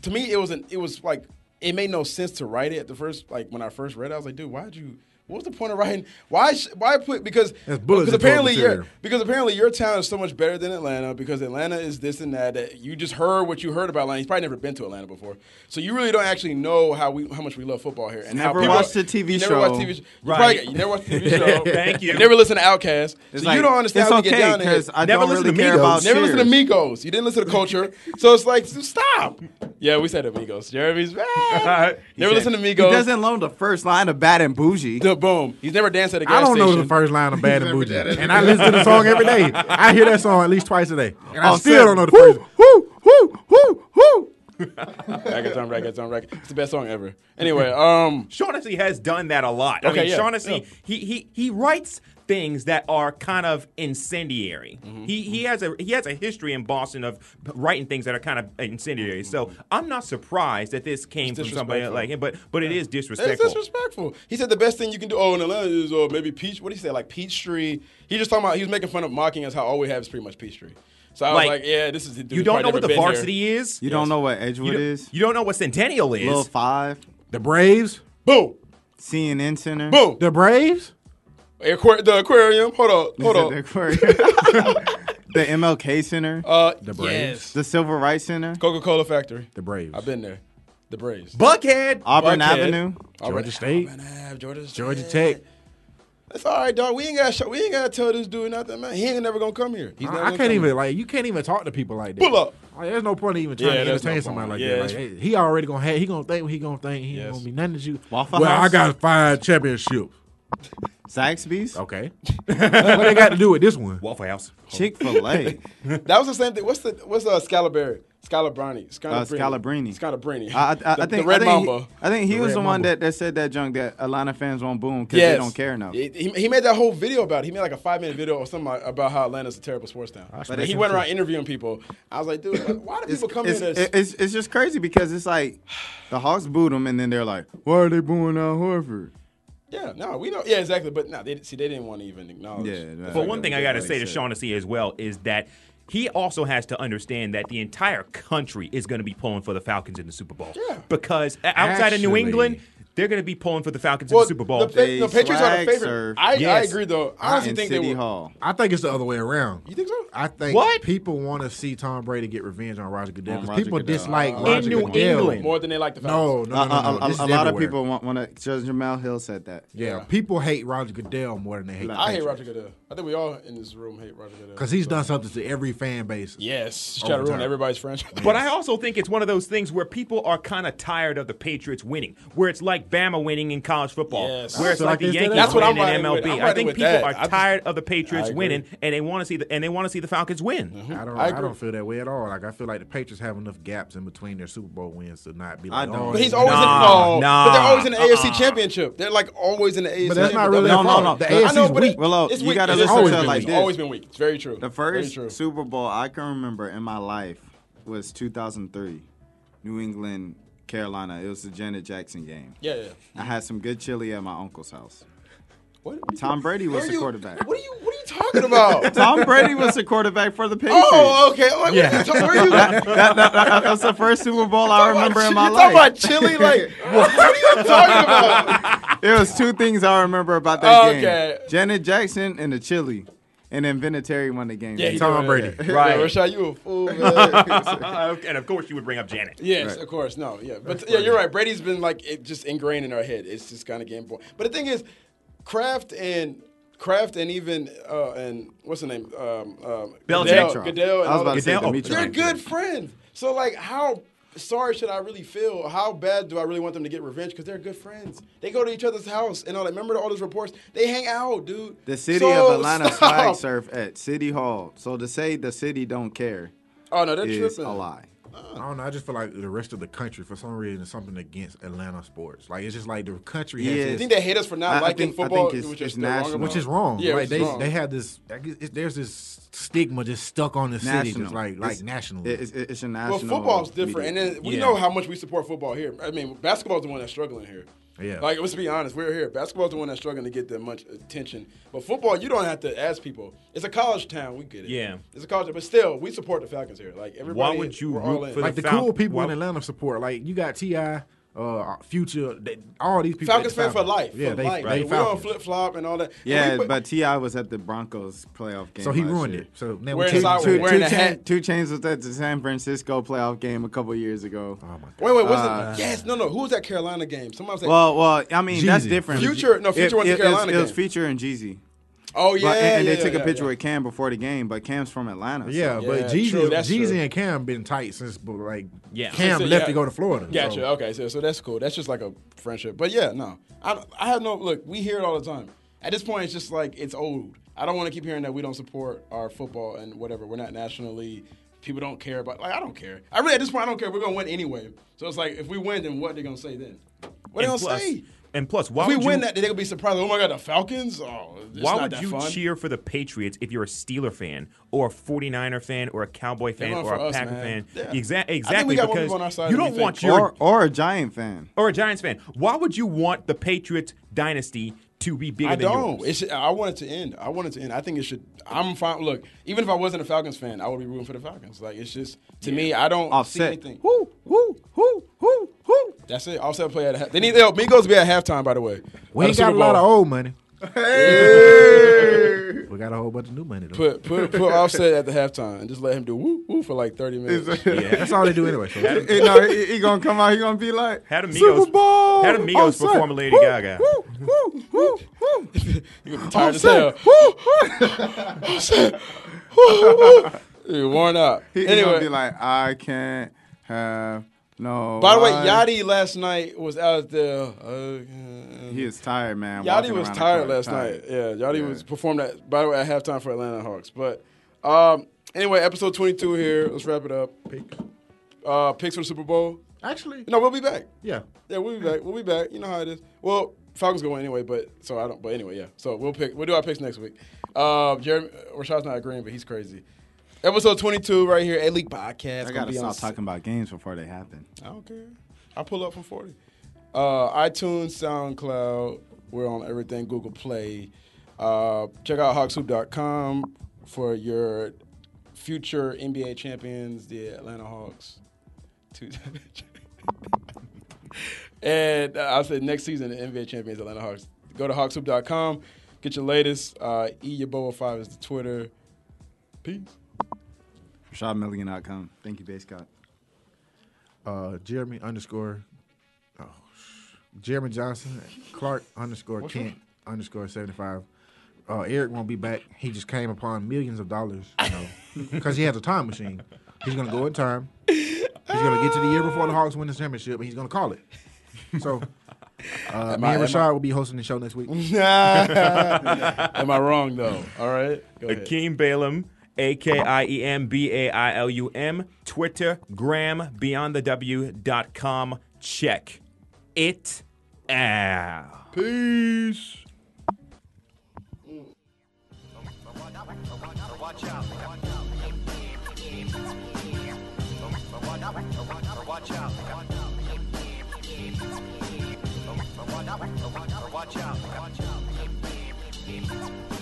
B: to me, it was an it was like it made no sense to write it at the first like when I first read it. I was like, dude, why'd you? What was the point of writing? Why? Sh- why put? Because
D: That's bulletin
B: because apparently
D: board
B: your
D: material.
B: because apparently your town is so much better than Atlanta because Atlanta is this and that. that you just heard what you heard about Atlanta. He's probably never been to Atlanta before, so you really don't actually know how we how much we love football here. And
C: Never
B: how people-
C: watched a TV
B: you
C: show.
B: Never watched TV show. You,
E: Right.
B: probably, you never watched a TV show.
E: *laughs* Thank you.
B: Never listened to Outkast.
C: It's
B: so
C: like,
B: you don't understand
C: it's
B: how
C: okay,
B: we get down here.
C: 'cause I
E: Never
C: don't
E: listen
C: really
E: to
C: care
E: Migos.
C: about
B: Never listen to
C: Cheers.
B: Migos. You didn't listen to Culture, so it's like stop. Yeah, we said Amigos. Jeremy's bad. Never listen to
C: *laughs* He
B: Migos.
C: doesn't loan the first line of Bad and Bougie.
B: The boom. He's never danced at a gas
D: I don't know the
B: station.
D: first line of Bad
B: *laughs*
D: and Bougie, and I listen to the song every day. I hear that song at least twice a day, and I
C: Oh,
D: still
C: seven.
D: don't know the first.
C: Whoo, whoo, whoo, whoo.
B: Reggaeton, reggaeton, reggaeton. It's the best song ever. Anyway, um,
E: Shaughnessy has done that a lot. I
B: Okay,
E: mean,
B: yeah,
E: Shaughnessy,
B: yeah.
E: he he he writes things that are kind of incendiary.
B: Mm-hmm,
E: He he has a he has a history in Boston of writing things that are kind of incendiary. So I'm not surprised that this came from somebody
B: Mm-hmm, disrespectful.
E: like him, but but it is
B: it's
E: disrespectful.
B: disrespectful. He said the best thing you can do. Oh, in Atlanta is uh, maybe peach. What did he say? Like Peachtree. He just talking about. He was making fun of mocking us. How all we have is pretty much Peachtree. So I was like,
E: Like,
B: yeah, this is. the dude
E: you
B: who's
E: don't
B: probably
E: know
B: never
E: what the
B: been here.
E: varsity is.
C: You
E: You
C: don't know what
E: don't,
C: Edgewood is.
E: you don't know what Centennial is.
C: Little Five,
D: The Braves,
B: Boom,
C: CNN Center.
B: boom.
D: the Braves.
B: Aquar- the aquarium. Hold up,
C: Is
B: hold
C: it The,
B: up.
C: aquarium? *laughs* the MLK Center.
B: Uh,
D: The Braves.
C: the Civil Rights Center.
B: Coca Cola factory.
D: The Braves.
B: I've been there. The Braves.
E: Buckhead.
C: Auburn
B: Buckhead.
C: Avenue.
B: Already-
D: State.
B: Auburn Ave, Georgia State.
D: Georgia Tech.
B: It's all right, dog. We ain't got. to We ain't got to tell this dude nothing, man. He ain't never gonna come here. He's never
D: I, I
B: gonna
D: can't
B: come
D: even
B: here.
D: like you can't even talk to people like that.
B: Pull up.
D: Like, there's no point in even trying
B: Yeah,
D: to
B: there's
D: entertain
B: no
D: somebody
B: point.
D: like
B: Yeah,
D: that. Like, hey, he already gonna have, he gonna think what he gonna think. He ain't
B: Yes.
D: gonna be nothing to you.
C: Waffle
D: well, I
C: House?
D: got five championships.
C: Zaxby's.
D: *laughs* Okay, what they got to do with this one?
E: Waffle House.
C: Chick Fil A.
B: *laughs* That was the same thing. What's the what's uh Scalaberry? Scalabrini.
C: Uh,
B: Scalabrini.
C: Scalabrini.
B: Scalabrini.
C: I, I, I
B: the, the
C: think
B: Red
C: I think
B: Mamba.
C: He, I think he
D: The
C: was
D: Red
C: the one
D: Mamba.
C: that, that said that junk that Atlanta fans won't boom because
B: Yes.
C: they don't care now.
B: He, he- he made that whole video about it. He made like a five minute video or something like- about how Atlanta's a terrible sports town. But he
D: smashing
B: went
D: too.
B: around interviewing people. I was like, dude, why do people come
C: it's,
B: here to
C: it- it's, it's just crazy because it's like the Hawks booed him and then they're like, why are they booing Al Horford?
B: Yeah, no, we know. Yeah, exactly. But no, they see they didn't want to even acknowledge. the
C: Yeah, no.
B: fact
C: But
E: But one
B: that
E: thing
B: we
E: I
B: did
E: got to
B: that.
E: say to Shaughnessy as well is that he also has to understand that the entire country is going to be pulling for the Falcons in the Super Bowl.
B: Yeah.
E: Because o- outside of New
D: Actually-
E: England, they're going to be pulling for the Falcons
B: Well,
E: in the Super Bowl.
B: The, Fa-
C: They
B: the Patriots are the
C: swag
B: favorite.
C: surf.
B: I, I
E: Yes.
B: agree, though. I
C: Not
B: honestly
C: in
B: think
C: City
B: they were.
C: Hall.
D: I think it's the other way around.
B: You think so?
D: I think
E: What?
D: people want to see Tom Brady get revenge on Roger Goodell
C: On
D: because
C: Roger
D: people
C: Goodell.
D: dislike
B: Uh,
D: Roger
E: in New
D: Goodell.
E: England.
B: more than they like the
D: No,
B: Falcons.
D: no, no, no.
C: a,
D: no.
C: a-
D: This
C: uh, a
D: is
C: lot of
D: everywhere.
C: people want, want to. Judge Jamal Hill said that.
D: Yeah, people hate Roger Goodell more than they hate.
B: I hate Roger Goodell. I think we all in this room hate Roger Goodell
D: because he's
B: So-
D: done something to every fan base.
B: Yes, he's
D: All
B: trying to
D: the
B: ruin
D: time.
B: everybody's friendship.
E: But I also think it's one of those things where people are kind of tired of the Patriots winning, where it's like Bama winning in college football,
B: Yes.
E: where
D: I
E: it's
D: feel
E: like,
D: like
E: the
D: it's
E: Yankees
D: that- That's what
E: winning
B: I'm
E: in
B: riding with.
E: MLB.
B: I'm
E: I
B: riding
E: think
B: with
E: people
B: that.
E: are
B: I just-
E: tired of the
B: I
E: Patriots
B: agree.
E: winning, and they want to see the and they want to see the Falcons win.
D: I don't.
B: I
D: I,
B: agree.
D: don't feel that way at all. Like I feel like the Patriots have enough gaps in between their Super Bowl wins to not be like.
C: I don't.
D: Oh,
B: But he's
D: yeah.
B: always
E: Nah,
B: in no,
E: nah,
B: but they're always in the
C: Uh-uh.
B: AFC Championship. They're like always in the AFC.
D: But that's not
B: Championship.
D: really
B: They're
C: No,
D: their
C: no,
D: fault.
C: no.
D: The
C: The-
D: AFC's
B: I know, but
D: weak.
B: it-
C: Well,
B: it's
C: you
B: weak.
C: gotta
B: It's
C: listen
B: always
D: to it
B: been
D: like
B: weak.
C: this.
B: Always been weak. It's very true.
C: The
B: Very
C: first
B: true.
C: Super Bowl I can remember in my life was 2003, New England, Carolina. It was the Janet Jackson game.
B: Yeah, yeah.
C: I had some good chili at my uncle's house.
B: What,
C: Tom Brady was
B: Where
C: the
B: you-
C: quarterback.
B: What are you? What are you talking
C: *laughs*
B: about?
C: Tom Brady was the quarterback for the Patriots.
B: oh, okay. I'm Like, yeah. Where are you?
C: *laughs* That, that, that, that was the first Super Bowl I remember in my
B: you talking about
C: life.
B: chili?
C: *laughs*
B: Like, what are you talking about?
C: It was two things I remember about that game:
B: Okay.
C: Janet Jackson and the chili, and then Vinatieri won the game.
B: Yeah, he
D: Tom
B: doing
D: Brady.
B: that.
E: Right.
B: Yeah, Rashad, you a
C: *laughs*
B: fool, man.
E: Uh,
B: Mm-hmm.
E: and of course, you would bring up Janet.
B: Yes, of course. No, yeah, but yeah, you're right. Brady's been like it just ingrained in our head. It's just kind of game boy. But the thing is, Kraft and Kraft and even uh, and what's the name? Um, um,
E: Belichick.
B: Goodell, Goodell and
C: I was
B: all
C: about to
B: those-
C: say
E: Goodell.
C: Dimitri.
B: They're good friends. So like, how sorry should I really feel? How bad do I really want them to get revenge? Because they're good friends. They go to each other's house and all that. Remember all those reports? They hang out, dude.
C: The city
B: So,
C: of Atlanta
B: stop.
C: swag surf at City Hall. So to say the city don't care
B: Oh no, they're
C: is
B: tripping.
C: a lie.
D: I don't know. I just feel like the rest of the country, for some reason, is something against Atlanta sports. Like it's just like the country has
C: Yeah.
B: You
D: this-
B: think they hate us for not
C: I- I
B: liking
C: think- I
B: football?
C: think it's-
B: which is
C: it's
B: still wrong
C: national.
B: about?
D: which is wrong.
B: Yeah,
D: like
B: which
D: they
B: is wrong.
D: they had this. I guess it, there's this stigma just stuck on the city,
C: National.
D: just like like nationally.
C: It- It's, it's a
B: Well,
C: national.
B: football's different,
C: media.
B: and then we
E: Yeah.
B: know how much we support football here. I mean, basketball's the one that's struggling here.
D: Yeah.
B: Like, let's be honest, we're here. Basketball's the one that's struggling to get that much attention. But football, you don't have to ask people. It's a college town. We get it.
E: Yeah.
B: It's a college, but still, we support the Falcons here. Like everybody.
E: would you
B: we're all
E: root
B: in.
E: for
D: like
E: the
D: the,
E: Fal-
D: cool people in
E: why-
D: Atlanta support. Like you got Ti, uh, Future, they, all these people.
B: Falcons
D: at
B: fan
D: the
B: for life?
D: Yeah,
B: for
D: they,
B: life.
D: they
B: Like, we on
D: Falcons.
B: flip flop and all that.
C: Yeah,
B: And we-
C: but Ti was at the Broncos playoff game.
D: So he
C: last
D: ruined
C: year.
D: it. So now
B: We're
D: we
B: inside
D: take
C: Two,
B: with-
D: two,
B: Wearing
C: two,
B: a
C: chain,
B: hat.
C: two chains was at the San Francisco playoff game a couple years ago.
D: Oh my
B: wait,
D: god.
B: wait, was it? Yes, no, no. Who was that Carolina game? Somebody said,
C: Well, well, I mean that's
D: Jeezy.
C: different.
B: Future- no, Future
C: it,
B: went to
C: it- it was-
B: Carolina
C: It was
B: game.
C: Future and Jeezy.
B: "Oh
C: But,
B: yeah."
C: and, and they
B: yeah,
C: took
B: yeah,
C: a picture
B: yeah.
C: with Cam before the game, but Cam's from Atlanta. so-
D: Yeah,
B: Yeah,
D: but
B: true,
D: Jeezy,
B: that's
D: Jeezy
B: true.
D: and Cam been tight since but, like
E: Yeah.
D: Cam
B: So,
D: left
B: yeah. Uh,
D: to go to Florida.
B: Gotcha.
D: So,
B: Okay, so so that's cool. That's just like a friendship. But yeah, no, I I have no look. We hear it all the time. At this point, it's just like it's old. I don't want to keep hearing that we don't support our football and whatever. We're not nationally. People don't care about. Like I don't care. I really at this point I don't care. We're gonna win anyway. So it's like if we win, then what they gonna say then? What
E: And
B: they gonna
E: plus,
B: say?
E: and plus, why
B: If we
E: would
B: win
E: you,
B: that, they're gonna be surprised. Like, oh my god, the Falcons! Oh, it's
E: Why
B: not
E: would
B: that
E: you
B: fun.
E: cheer for the Patriots if you're a Steeler fan or a 49er fan or a Cowboy fan
B: going
E: or
B: for
E: a
B: us,
E: Packer
B: man.
E: fan?
B: Yeah. I
E: Exa-
B: think we
E: exactly
B: got more
E: because
B: people on our side
E: you
B: than we
E: don't want
B: think.
E: your
C: Or or a Giant fan.
E: or a Giants fan. Why would you want the Patriots dynasty to be bigger
B: I
E: than
B: don't.
E: yours?
B: It should, I want it to end. I want it to end. I think it should. I'm fine. Look, even if I wasn't a Falcons fan, I would be rooting for the Falcons. Like it's just to me, I don't see
C: Offset.
B: anything.
C: Whoo, woo, woo, woo, woo.
B: That's it. Offset play at half. They need. Yo, Migos be at halftime, by the way.
D: We
B: At
D: ain't
B: the
D: got a
B: Super
D: lot of
B: Bowl.
D: old money. we got a whole bunch of new money though.
B: Put put put Offset at the halftime and just let him do woo woo for like 30 minutes.
C: *laughs*
D: That's all they do anyway. So.
C: You know, he, he gonna come out. He gonna be like,
E: Had Amigos-
C: Super Bowl.
E: had Amigos
C: on
E: perform
C: Sun-
E: Lady
C: woo,
E: Gaga.
C: Woo, woo, woo, woo.
B: *laughs* You're gonna be tired as hell.
C: Sun- woo, woo.
B: Offset. Woo, woo, woo. You're worn out.
C: He, he
B: anyway,
C: gonna be like, I can't have no.
B: by the way,
C: one."
B: Yachty last night was out there. Uh,
C: He is tired, man.
B: Yachty
C: Walking
B: was
C: around the
B: tired
C: court,
B: last
C: tired.
B: night. Yeah, Yachty
C: Yeah.
B: was performed at by the way at halftime for Atlanta Hawks. But um, anyway, episode twenty two here. Let's wrap it up. uh, picks for the Super Bowl.
D: Actually,
B: No, we'll be back.
D: yeah.
B: Yeah, we'll be back. We'll be back. You know how it is. Well, Falcons go anyway, but so I don't. But anyway, yeah. So we'll pick. We'll do our picks next week. Uh, Jeremy uh, Rashad's not agreeing, but he's crazy. Episode twenty-two, right here, A League Podcast.
C: I
B: Gonna
C: gotta
B: be on
C: stop talking about games before they happen.
B: I don't care. I pull up from 40. Uh, iTunes, SoundCloud. We're on everything Google Play. Uh, check out hawkshoop.com for your future NBA champions, the Atlanta Hawks. Two- *laughs* and uh, I'll say next season, the NBA champions, Atlanta Hawks. Go to hawkshoop.com. Get your latest. Uh, e your boa five is the Twitter. Peace.
C: RashadMillion.com. Thank you,
B: *laughs*
C: Base Scott.
D: Uh, Jeremy underscore, oh, sh- Jeremy Johnson, Clark underscore Kent underscore seventy five. Uh, Eric won't be back. He just came upon millions of dollars, you know,
B: *laughs*
D: because he has a time machine. He's gonna go in time. He's gonna get to the year before the Hawks win the championship, and he's gonna call it.
B: *laughs*
D: So,
B: I-
D: uh, me
B: am
D: and
B: I-
D: Rashad will be hosting the show next week.
B: Am I wrong though? All right. Go ahead.
E: Akeem Balaam, A K I E M B A I L U M, Twitter, Gram, beyondthew.com. Check it out.
B: Peace.
A: So watch out. So watch out. So watch out. So watch out. So watch out. So watch out. So watch out. So watch out. So watch out. So watch out. So watch out.